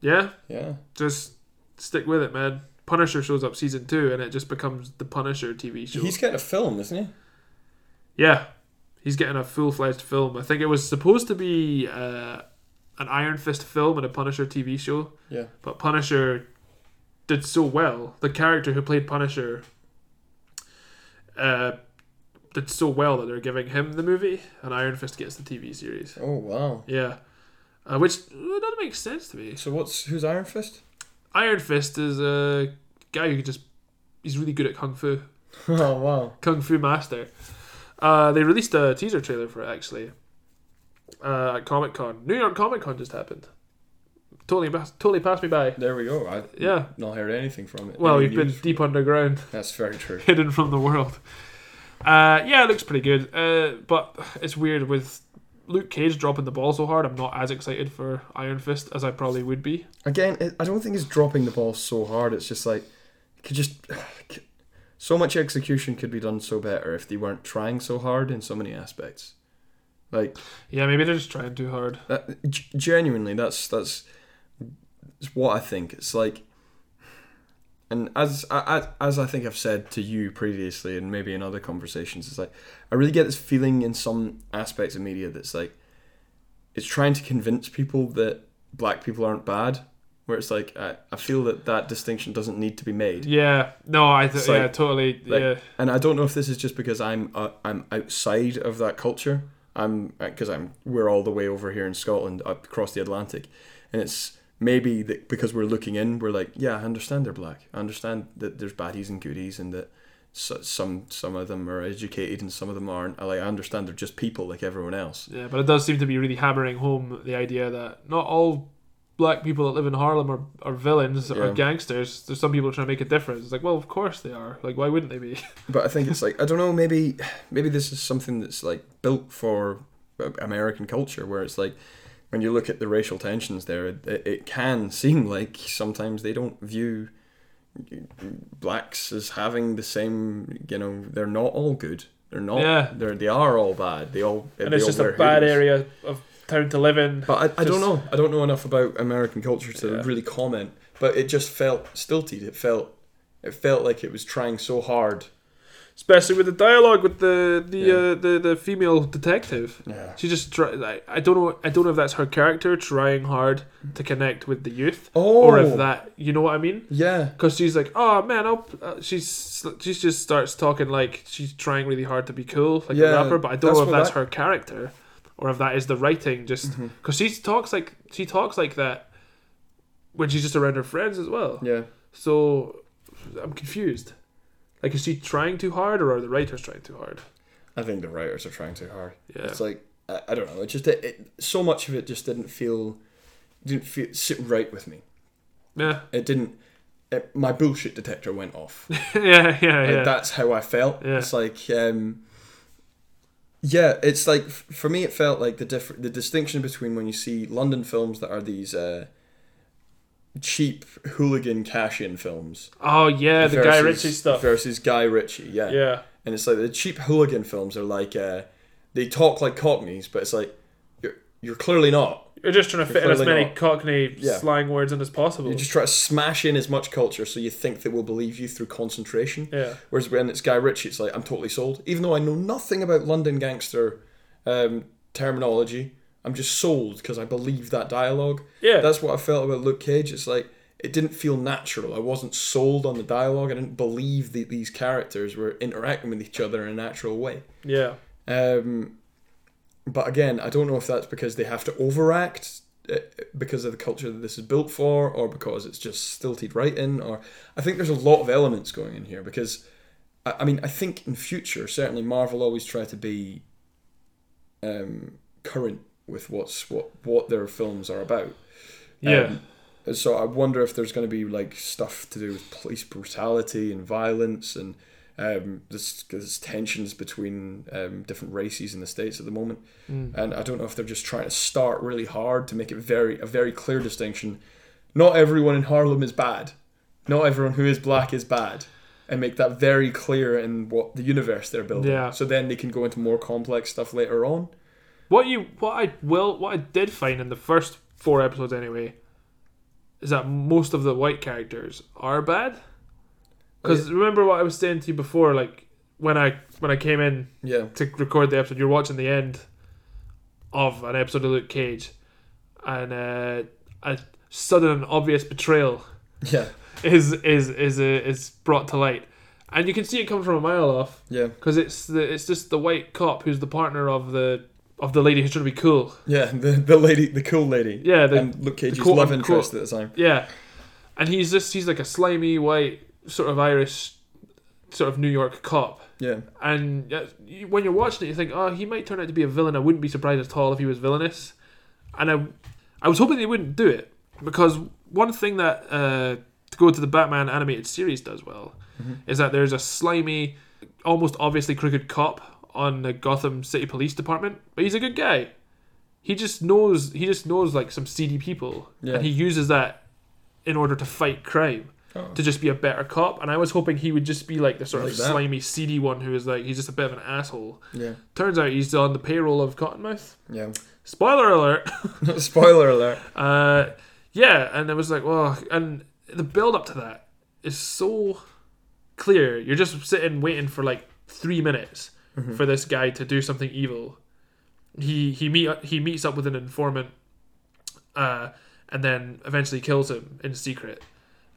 A: Yeah.
B: Yeah.
A: just stick with it, man. Punisher shows up season two, and it just becomes the Punisher TV show.
B: He's getting a film, isn't he?
A: yeah, he's getting a full fledged film. I think it was supposed to be uh, an Iron Fist film and a Punisher TV show,
B: Yeah.
A: but Punisher did so well. The character who played Punisher uh, did so well that they're giving him the movie, and Iron Fist gets the TV series.
B: Oh wow.
A: Yeah. Uh, which uh, doesn't make sense to me.
B: So what's who's Iron Fist? (laughs)
A: Iron Fist is a guy who can just. He's really good at kung fu.
B: oh wow.
A: Kung Fu Master. Uh, they released a teaser trailer for it actually uh, at Comic Con. New York Comic Con just happened. Totally, pas- totally passed me by.
B: There we go. I
A: Yeah.
B: not heard anything from it.
A: Well,
B: Any
A: you've been
B: news?
A: deep underground, (laughs)
B: That's very true.
A: hidden from the world. Uh, yeah, it looks pretty good, uh, but it's weird with Luke Cage dropping the ball so hard. I'm not as excited for Iron Fist as I probably would be.
B: Again, it, I don't think it's dropping the ball so hard. It's just like it could just (sighs) so much execution could be done so better if they weren't trying so hard in so many aspects. Like
A: Yeah, maybe they're just trying too hard.
B: That, Uh, g- genuinely, that's that's it's what I think. It's like, and as I, I- as I think I've said to you previously, and maybe in other conversations, it's like I really get this feeling in some aspects of media that's like it's trying to convince people that black people aren't bad. Where it's like I, I feel that that distinction doesn't need to be made.
A: Yeah, no, I th-
B: It's like-
A: yeah, totally.
B: Like,
A: yeah,
B: And I don't know if this is just because I'm uh, I'm outside of that culture. I'm because I'm we're all the way over here in Scotland up across the Atlantic, and it's maybe that because we're looking in, we're like, yeah, I understand they're black. I understand that there's baddies and goodies, and that so, some some of them are educated and some of them aren't. I like I understand they're just people like everyone else.
A: Yeah, but it does seem to be really hammering home the idea that not all black people that live in Harlem are, are villains or
B: Yeah.
A: gangsters. There's some people trying to make a difference. It's like, well, of course they are. Like, why wouldn't they be?
B: But I think it's like I don't know. Maybe maybe this is something that's like built for uh, American culture, where it's like when you look at the racial tensions there, it, it can (laughs) seem like sometimes they don't view blacks as having the same. You know, they're not all good. They're not.
A: Yeah.
B: They're they are all bad. They all.
A: and
B: they
A: it's
B: all
A: just
B: wear
A: a bad
B: hoodies.
A: area of town to live in.
B: But I, I
A: Just-
B: don't know. I don't know enough about American culture to
A: Yeah.
B: really comment. But it just felt stilted. It felt. It felt like it was trying so hard.
A: Especially with the dialogue with the the
B: Yeah.
A: uh, the, the female detective.
B: Yeah.
A: She just try, like, I don't know I don't know if that's her character trying hard to connect with the youth
B: Oh.
A: or if that you know what I mean?
B: Yeah.
A: Because she's like, oh man, I'll. Uh, she's she just starts talking like she's trying really hard to be cool, like
B: Yeah,
A: a rapper. But I don't
B: that's
A: know if
B: what
A: that's
B: that- Mm-hmm.
A: her character, or if that is the writing. Just because she talks like she talks like that when she's just around her friends as well.
B: Yeah.
A: So I'm confused. Like, is she trying too hard, or are the writers trying too hard?
B: I think the writers are trying too hard.
A: Yeah.
B: It's like I, I don't know. It just it, it, so much of it just didn't feel didn't feel sit right with me.
A: Yeah,
B: It didn't. It, my bullshit detector went off.
A: (laughs) yeah, yeah,
B: Like,
A: yeah.
B: that's how I felt.
A: Yeah.
B: It's like um, yeah. It's like f- for me, it felt like the diff- the distinction between when you see London films that are these uh, cheap hooligan cash-in films.
A: oh yeah, the Guy
B: versus-
A: Ritchie stuff.
B: versus Guy Ritchie.
A: yeah,
B: and it's like the cheap hooligan films are like uh, they talk like cockneys, but it's like you're you're clearly not.
A: you're just trying to fit in as
B: clearly
A: many
B: not.
A: Cockney
B: Yeah.
A: slang words in as possible.
B: You just try to smash in as much culture so you think they will believe you through concentration.
A: Yeah.
B: Whereas when it's Guy Ritchie, it's like I'm totally sold, even though I know nothing about London gangster um, terminology. I'm just sold because I believe that dialogue.
A: Yeah.
B: That's what I felt about Luke Cage. It's like it didn't feel natural. I wasn't sold on the dialogue. I didn't believe that these characters were interacting with each other in a natural way.
A: yeah.
B: Um, but again, I don't know if that's because they have to overact it- because of the culture that this is built for, or because it's just stilted writing, or I think there's a lot of elements going in here because, I, I mean, I think in future certainly Marvel always try to be um, current with what's what what their films are about.
A: Yeah.
B: Um, and so I wonder if there's going to be like stuff to do with police brutality and violence and um, this, this tensions between um, different races in the states at the moment. And I don't know if they're just trying to start really hard to make it very a very clear distinction. Not everyone in Harlem is bad. Not everyone who is black is bad. And make that very clear in what the universe they're building.
A: Yeah.
B: So then they can go into more complex stuff later on.
A: What you what I will what I did find in the first four episodes anyway is that most of the white characters are bad. Because remember what I was saying to you before, like when I when I came in
B: Yeah.
A: to record the episode, you're watching the end of an episode of Luke Cage, and uh, a sudden and obvious betrayal (laughs)
B: Yeah.
A: is is is uh, is brought to light, and you can see it come from a mile off
B: Yeah.
A: because it's the it's just the white cop who's the partner of the of the lady who's trying to be cool.
B: Yeah. The, the lady, the cool lady.
A: Yeah, the,
B: and Luke Cage's
A: quote
B: love
A: unquote-
B: interest at the time.
A: yeah, and he's just he's like a slimy white sort of Irish, sort of New York cop.
B: Yeah.
A: And uh, you- when you're watching it, you think, oh, he might turn out to be a villain. I wouldn't be surprised at all if he was villainous. And I, I was hoping they wouldn't do it because one thing that uh, to go to the Batman animated series does well is that there's a slimy, almost obviously crooked cop on the Gotham City Police Department, but he's a good guy. He just knows he just knows like some seedy people,
B: Yeah.
A: and he uses that in order to fight crime to just be a better cop. And I was hoping he would just be like the sort
B: Like
A: of
B: that.
A: slimy, seedy one who is like he's just a bit of an asshole.
B: Yeah.
A: Turns out he's on the payroll of Cottonmouth.
B: Yeah. (laughs)
A: Spoiler alert. (laughs)
B: Spoiler alert.
A: Uh, yeah, and it was like, well, and the build up to that is so clear. You're just sitting waiting for like three minutes for this guy to do something evil. He he meet he meets up with an informant, uh, and then eventually kills him in secret.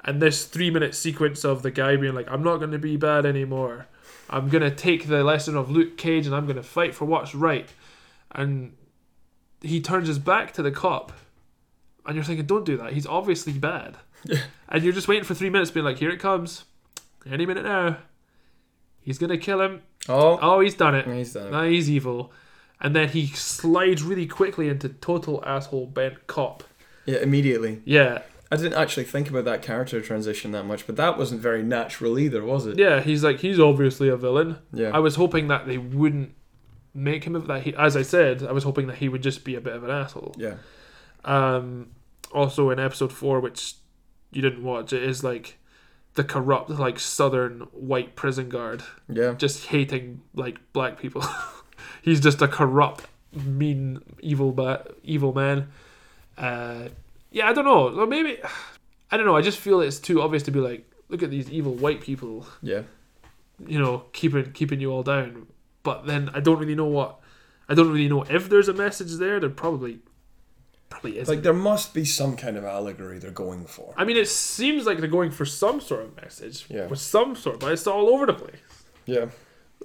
A: And this three minute sequence of the guy being like, "I'm not going to be bad anymore. I'm going to take the lesson of Luke Cage and I'm going to fight for what's right." And he turns his back to the cop and you're thinking, don't do that. He's obviously bad. and you're just waiting for three minutes, being like, here it comes. Any minute now. He's going to kill him.
B: Oh,
A: Oh, he's done it.
B: he's done. it.
A: Now he's evil. And then he slides really quickly into total asshole bent cop.
B: Yeah, immediately.
A: Yeah.
B: I didn't actually think about that character transition that much, but that wasn't very natural either, was it?
A: Yeah, he's like, he's obviously a villain.
B: Yeah.
A: I was hoping that they wouldn't make him of that. He, as I said, I was hoping that he would just be a bit of an asshole.
B: yeah.
A: um also in episode four which you didn't watch it is like the corrupt like southern white prison guard
B: Yeah.
A: just hating like black people (laughs) he's just a corrupt mean evil ba- evil man uh yeah i don't know or maybe (sighs) i don't know i just feel it's too obvious to be like look at these evil white people
B: Yeah.
A: you know keeping keeping you all down but then i don't really know what i don't really know if there's a message there there probably probably isn't
B: Like there must be some kind of allegory they're going for.
A: I mean, it seems like they're going for some sort of message
B: Yeah.
A: with some sort, but it's all over the place.
B: Yeah.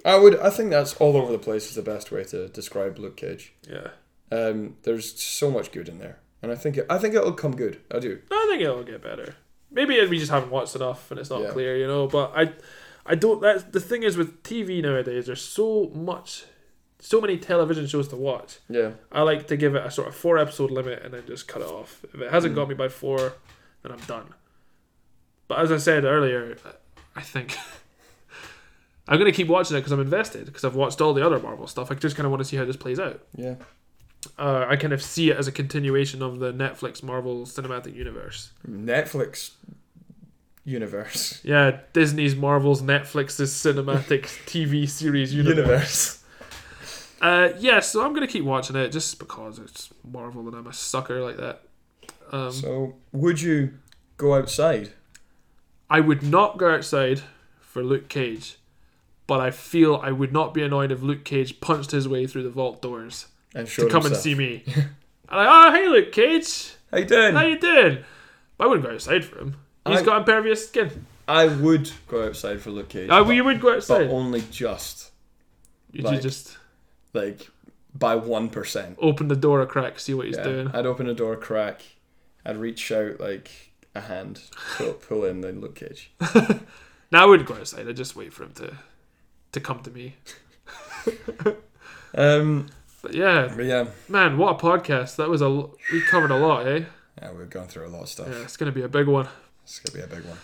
B: I would I think that's all over the place is the best way to describe Luke Cage.
A: Yeah,
B: Um there's so much good in there. And I think it, I think it'll come good. I do.
A: I think it'll get better. Maybe we just haven't watched enough and it's not
B: Yeah.
A: clear, you know. But I, I don't. That's the thing is with TV nowadays. There's so much, so many television shows to watch.
B: Yeah.
A: I like to give it a sort of four episode limit and then just cut it off. If it hasn't got me by four, then I'm done. But as I said earlier, I think (laughs) I'm going to keep watching it because I'm invested because I've watched all the other Marvel stuff. I just kind of want to see how this plays out.
B: Yeah.
A: Uh, I kind of see it as a continuation of the Netflix Marvel Cinematic Universe.
B: Netflix universe. (laughs)
A: Yeah, Disney's Marvel's Netflix's cinematic (laughs) TV series universe.
B: Universe.
A: Uh, yeah, so I'm going to keep watching it just because it's Marvel and I'm a sucker like that. Um,
B: So would you go outside?
A: I would not go outside for Luke Cage, but I feel I would not be annoyed if Luke Cage punched his way through the vault doors
B: And
A: to
B: show
A: come and see
B: (laughs)
A: me. and like, oh hey Luke Cage,
B: How you doing?
A: how you doing? But I wouldn't go outside for him. He's
B: I-
A: got impervious skin. Uh,
B: I would go outside for Luke Cage.
A: I,
B: but-
A: you would go
B: but
A: outside.
B: only just
A: You'd
B: like-
A: just
B: like by one percent.
A: Open the door a crack, see what he's doing.
B: I'd open a door crack, I'd reach out like a hand, pull, pull in, then Luke Cage.
A: Now I wouldn't go outside. I'd just wait for him to to come to me.
B: Um,
A: But yeah,
B: but yeah,
A: man, what a podcast! That was a l- we covered a lot, eh?
B: yeah, we've gone through a lot of stuff.
A: Yeah, it's gonna be a big one.
B: It's gonna be a big one.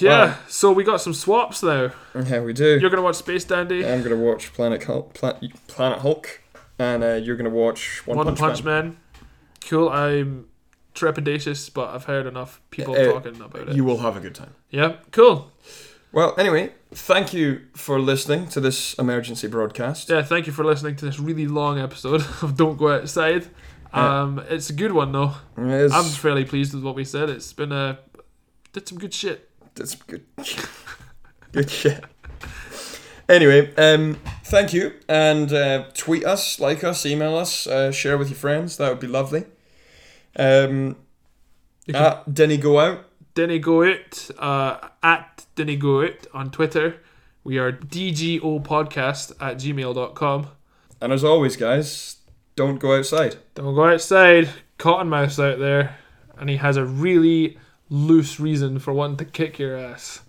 A: Yeah,
B: Wow.
A: so we got some swaps now.
B: Yeah, we do.
A: You're gonna watch Space Dandy,
B: I'm gonna watch Planet Hulk, Planet, Planet Hulk, and uh, you're gonna watch One,
A: One
B: Punch, Man.
A: Cool. I'm trepidatious, but I've heard enough people
B: Uh,
A: talking about it.
B: You will have a good time.
A: yeah, cool.
B: Well, anyway, thank you for listening to this emergency broadcast.
A: Yeah, thank you for listening to this really long episode (laughs) of Don't Go Outside. Um, it's a good one though.
B: It is-
A: I'm fairly pleased with what we said. It's been a did some good shit.
B: That's good. (laughs) good shit. Anyway, um, thank you, and uh, tweet us, like us, email us, uh, share with your friends. That would be lovely. Um,
A: You can-
B: at Denny go out.
A: Denny Goet, uh, at Denny Goet on Twitter. We are DGO podcast at gmail.com.
B: And as always, guys, don't go outside.
A: Don't go outside. Cottonmouth's out there, and he has a really loose reason for wanting to kick your ass.